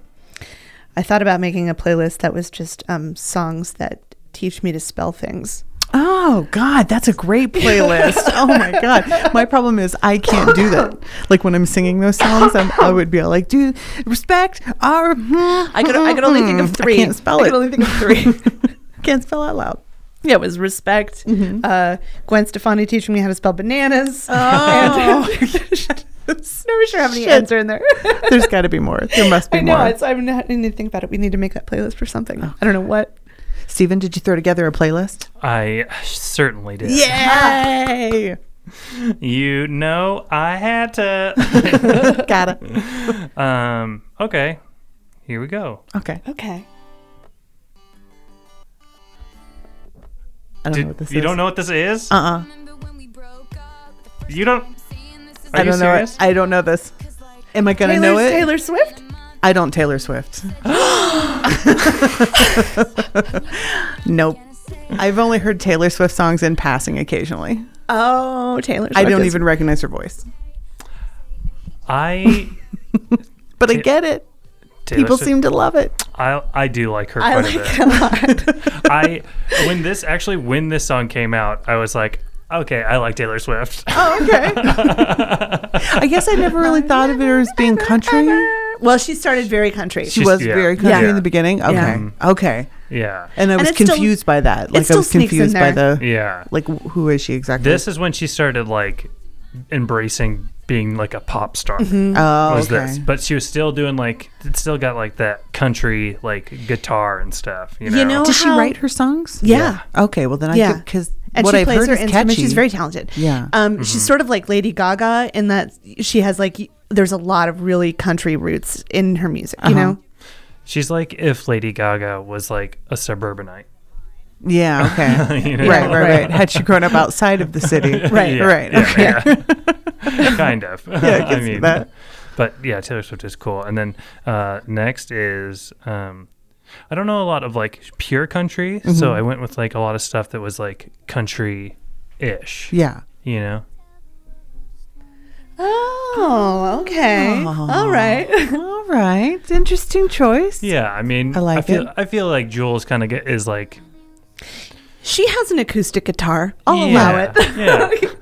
I thought about making a playlist that was just um, songs that teach me to spell things.
Oh God, that's a great playlist. oh my God, my problem is I can't do that. Like when I'm singing those songs, I'm, I would be all like, "Do respect our." I
I could I could only think of three.
I can't spell
I
it.
could only think of three.
can't spell out loud.
yeah, it was respect. Uh, Gwen Stefani teaching me how to spell bananas.
Oh.
And- Never sure how many
Shit.
ends are in there.
There's got to be more. There must be
I know.
more. Oh.
It's, I'm not, I need to think about it. We need to make that playlist for something. I don't know what.
Steven, did you throw together a playlist?
I certainly did.
Yay!
You know, I had to.
got it.
um. Okay. Here we go.
Okay.
Okay.
I don't
Did-
know what this
you
is.
don't know what this is?
Uh uh
you don't. Are
I
you
don't know
serious?
it. I don't know this. Am I gonna
Taylor,
know it?
Taylor Swift?
I don't Taylor Swift. nope. I've only heard Taylor Swift songs in passing occasionally.
Oh, Taylor Swift.
I don't
is-
even recognize her voice.
I
But I
Ta-
get it.
Taylor
People
Swift-
seem to love it.
I I do like her
I
quite a bit.
like a lot.
I when this actually when this song came out, I was like, okay, I like Taylor Swift.
Oh. I guess I never really thought of her as being country.
well, she started very country.
She
She's-
was
yeah.
very country
Yeah. Mm-hmm.
in the beginning. Okay. Okay.
yeah,
And I was
it still-
confused by that. Like I
still
was
sneaks in
confused by
there.
the
yeah.
like wh- who is she exactly?
This is when she started like embracing being like a pop star.
oh,
Was
okay.
this? But she was still doing like it still got like that country like guitar and stuff. You know.
You know-
Did she
How-
write her songs?
Yeah.
Okay, well then I
Yeah.
yeah. cuz
and
what
she
I've
plays
heard
her
is
instrument.
catchy.
She's very talented.
Yeah.
Um,
Mm-hmm.
she's sort of like Lady Gaga in that she has like y- there's a lot of really country roots in her music. You
Uh-huh.
know,
She's like if Lady Gaga was like a suburbanite.
Yeah, okay.
You know?
Right, right, right. Had she grown up outside of the city.
Right.
Yeah,
right.
yeah,
okay.
yeah. kind of. Yeah,
I can see that.
But yeah, Taylor Swift is cool. And then uh, next is um, I don't know a lot of like pure country,
Mm-hmm.
so I went with like a lot of stuff that was like country ish.
Yeah.
You know?
Oh, okay. All right.
All right. Interesting choice.
Yeah, I mean
I like
I feel
it.
I feel like Jules kinda get, is like
she has an acoustic guitar. I'll allow it.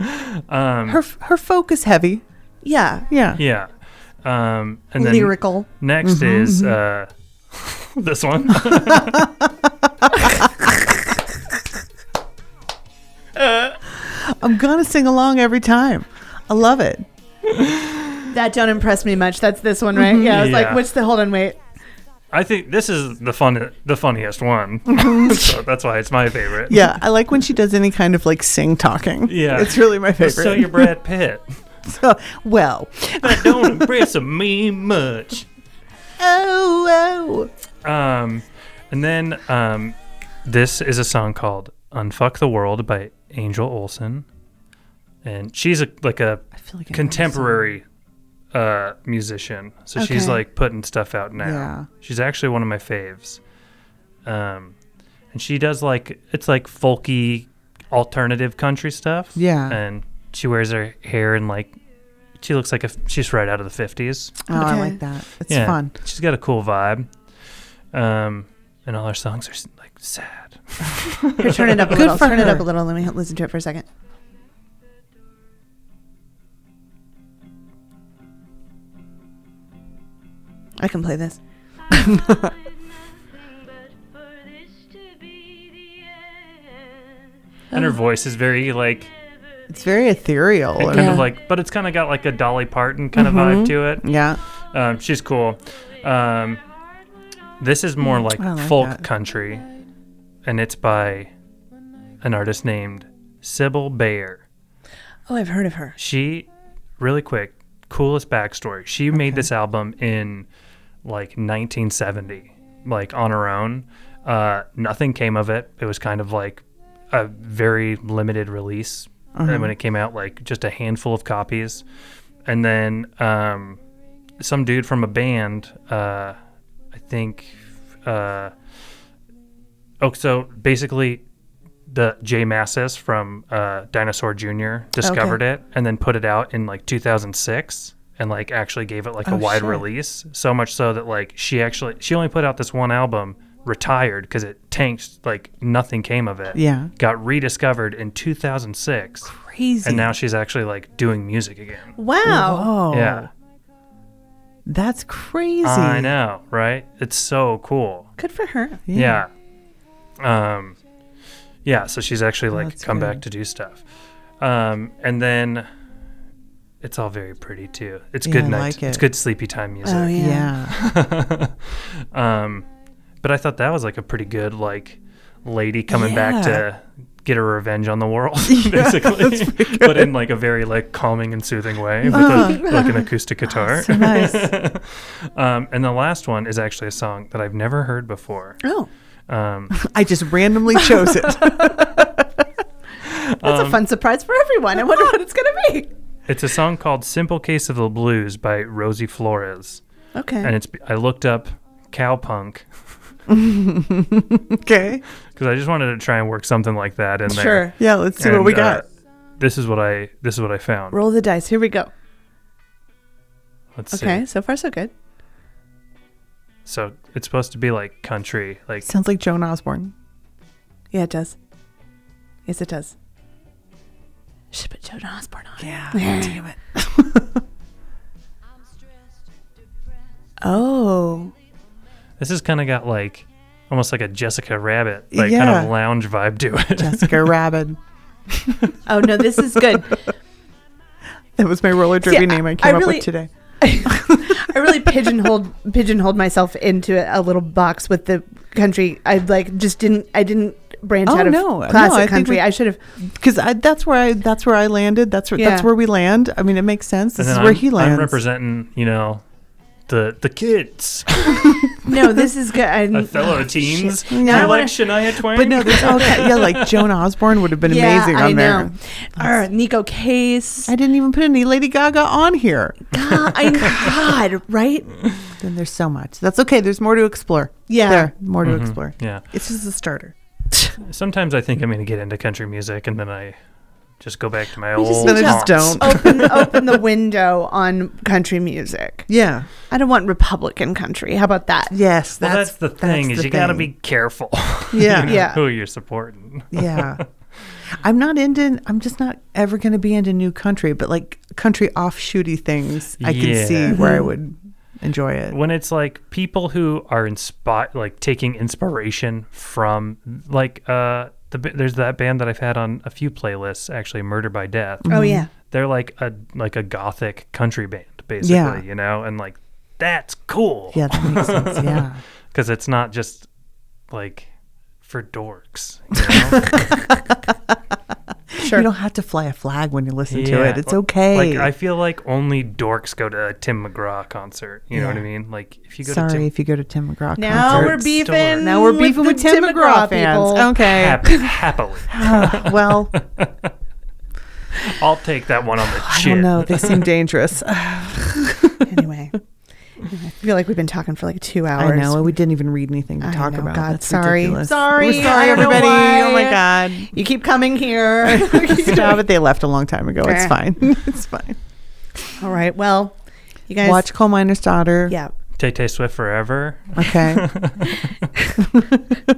yeah.
Her her folk is heavy.
Yeah.
Yeah.
Yeah. Um and then
Lyrical.
next
Mm-hmm,
is uh this one.
I'm going to sing along every time. I love it.
that don't impress me much. That's this one,
Mm-hmm.
right? Yeah. I was like,
Yeah.
what's the hold on, wait.
I think this is the fun, the funniest one. so that's why it's my favorite.
Mm-hmm. Yeah, I like when she does any kind of like sing talking.
Yeah.
it's really my favorite.
So you're Brad Pitt.
So- well,
That don't impress me much.
oh, oh,
Um, and then um, this is a song called "Unfuck the World" by Angel Olsen, and she's a, like a
I feel like I know this
contemporary uh, musician. So she's
Okay.
like putting stuff out now.
Yeah.
She's actually one of my faves. Um, and she does like it's like folky alternative country stuff.
Yeah.
And she wears her hair and like she looks like a, she's right out of the fifties.
song. Oh, I
Okay.
like that. It's fun.
She's got a cool vibe. Um, and all her songs are s- like sad.
Here, turn it up a
Good
little.
for
Turn it up
her.
a little. Let me listen to it for a second. I can play this.
And
Oh.
her voice is very like
It's very ethereal.
kind
Yeah. Mm-hmm.
of like, but it's kind of got like a Dolly Parton kind of vibe to it. Um, she's cool. Um, this is more like,
Mm, I like
folk
that.
country, and it's by an artist named Sybil Bayer.
Oh, I've heard of her.
She, really quick, coolest backstory. She made this album in like 1970, like on her own. Uh, nothing came of it. It was kind of like a very limited release. And when it came out, like just a handful of copies. And then um, some dude from a band, uh, I think. Uh, oh, so basically, the Jay Massis from uh, Dinosaur Jr. discovered it and then put it out in like 2006 and like actually gave it like a wide
shit.
release. So much so that like she actually she only put out this one album, retired because it tanked. Like nothing came of it.
Yeah.
got rediscovered in 2006,
Crazy.
and now she's actually like doing music again.
Wow.
oh,
Yeah,
that's crazy.
I know, right? It's so cool.
Good for her.
Yeah. Um, yeah. So she's actually like
that's
come
good.
back to do stuff, um, and then it's all very pretty too. It's
Yeah,
good
I
night.
like
It's
it.
good sleepy time music.
Oh yeah.
Yeah.
Um, but I thought that was like a pretty good like lady coming back to get her revenge on the world, basically. but in like a very like calming and soothing way with a, like an acoustic guitar.
Oh, nice.
um, and the last one is actually a song that I've never heard before.
Oh,
Um,
I just randomly chose it.
that's a fun surprise for everyone. I wonder what it's gonna be.
It's a song called "Simple Case of the Blues" by Rosie Flores,
Okay.
and it's I looked up cowpunk
okay.
because I just wanted to try and work something like that in
Sure.
there.
Yeah, let's see
And,
what we
uh,
got.
this is what I this is what I found.
Roll the dice. Here we go.
Let's
Okay.
see.
So far, so good.
So it's supposed to be like country, like
Sounds like Joan Osborne.
Yeah, it does. Yes, it does. Should put Joan Osborne on.
Yeah. Damn it.
Oh.
this has kind of got like almost like a Jessica Rabbit like kind
Yeah.
of lounge vibe to it.
Jessica Rabbit.
Oh no, this is good.
That was my roller derby
I-
name I
I
came up
really-
with today.
I really pigeonholed pigeonholed myself into a little box with the country. I like just didn't I didn't branch
Oh,
out of
no. No,
classic
I think
country.
we-
I should have.
Because that's where I that's where I landed. That's where that's
Yeah.
where we land. I mean, it makes sense. This
And
is
then
where
I'm,
he
I'm
lands.
representing, you know, the the kids,
No, this is good. I
the
didn't-
fellow teens.
Now I
You're
wanna-
like Shania Twain.
but no, there's okay. Yeah, like Joan Osborne would have been
yeah,
amazing on
I
there.
know. Arr, Nico Case.
I didn't even put any Lady Gaga on here.
God, I God, right?
Then there's so much. That's okay. There's more to explore.
Yeah.
There, more
Mm-hmm.
to explore.
yeah.
It's just a starter.
Sometimes I think I'm going to get into country music, and then I just go back to my
just
old.
need to- Then I
just
haunts.
don't.
Open open the window on country music.
Yeah.
I don't want Republican country. How about that?
Yes.
Well, that's, the thing is
the
you got to
thing.
be careful.
Yeah.
you know,
Yeah.
Who you're supporting?
yeah. I'm not into. I'm just not ever going to be into new country, but like country offshooty things, I can see
Yeah.
where
Mm-hmm.
I would enjoy it.
When it's like people who are inspired, like taking inspiration from, like uh, the ba- there's that band that I've had on a few playlists actually, Murder by Death.
Oh yeah.
They're like a like a gothic country band, basically,
Yeah.
you know, and like that's cool
Yeah, that makes sense. Yeah.
because it's not just like for dorks. You know?
Sure.
You don't have to fly a flag when you listen to
Yeah.
it. It's okay.
Like I feel like only dorks go to a Tim McGraw concert. You know what I
Yeah.
mean? Like if you go
Sorry
to Tim,
if you go to Tim McGraw
now we're
concerts.
be- store.
beefing.
now we're beefing
the
with, Tim, McGraw, fans.
people.
Okay.
Hap- happily,
well,
I'll take that one on the
I
chin.
don't know. They seem dangerous.
Anyway, I feel like we've been talking for like two hours.
I know. and We didn't even read anything to
I
talk
know,
about.
God,
That's
sorry.
ridiculous.
Sorry,
We're
I
sorry,
don't know
everybody. Oh my
why.
God.
You keep coming here.
Stop it. They left a long time ago. It's
Eh.
fine. It's fine.
All right. Well, you guys
Watch Coal Miner's Daughter.
Yeah.
Tay Tay Swift forever.
Okay.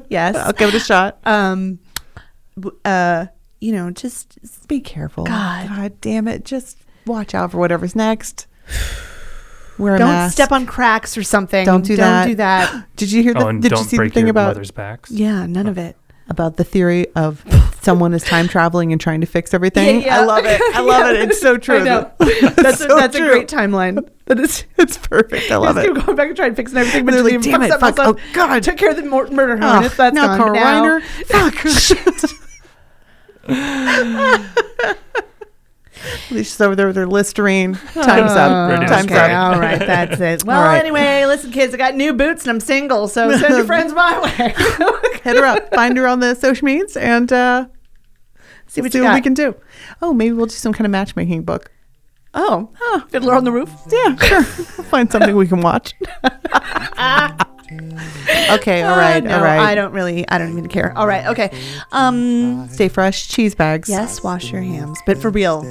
Yes.
I'll give it a shot.
Um. w- Uh. You know, just
Just be careful.
God.
damn it. Just watch out for whatever's next. Wear a
don't
mask.
step on cracks or something.
Don't do that.
Don't do that.
Did you hear
Oh,
the,
and
did you
don't
see the
break
thing
your
about
mother's backs.
Yeah. None of it.
about the theory of someone is time traveling and trying to fix everything?
Yeah, yeah.
I love it. I love it. It's so true.
I know.
That's,
That's a,
so
that's
true.
a great timeline. That is.
It's perfect. I love
just
it.
keep going back and trying to fix everything, but
They're
they're
like,
like,
"Damn it, fuck, oh,
Up.
God."
Took care of the mor- murder
Oh,
hornets. That's
now Carl
gone. Now-
Reiner. Fuck. oh, Shit. She's over there with her Listerine. Time's up.
Ready to
Time's
strike.
Oh, okay,
up.
all right, that's it. Well,
right.
anyway, listen, kids, I got new boots and I'm single, so send your friends my way.
Hit her up. Find her on the social medias and uh,
See what
see
you
what
got.
we can do. Oh, maybe we'll do some kind of matchmaking book.
Oh, oh, Fiddler on the Roof.
Yeah, sure. Find something we can watch. okay, all right,
Uh, no,
all right.
I don't really, I don't even care. All right, okay. Um,
Stay fresh. Cheese bags.
yes, wash your hands, but for real,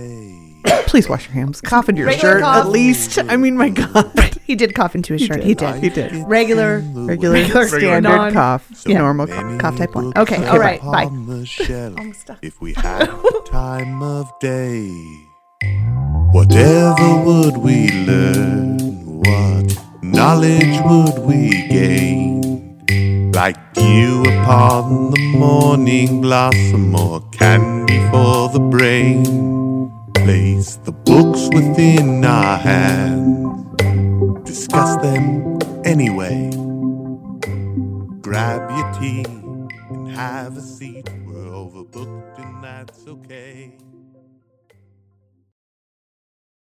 Please wash your hands. Cough into your
Regular
shirt
cough.
at least. I mean, my God.
he did cough into his shirt.
did.
He did.
He did.
Regular,
Regular, standard
non-
cough.
Yeah.
Normal cough.
cough type one. Okay, all right, bye.
On the shelf, if we had time of day, whatever would we learn? What knowledge would we gain? Like you upon the morning blossom, or candy for the brain. Place the books within our hands, discuss them anyway. Grab your tea and have a seat. We're overbooked, and that's okay.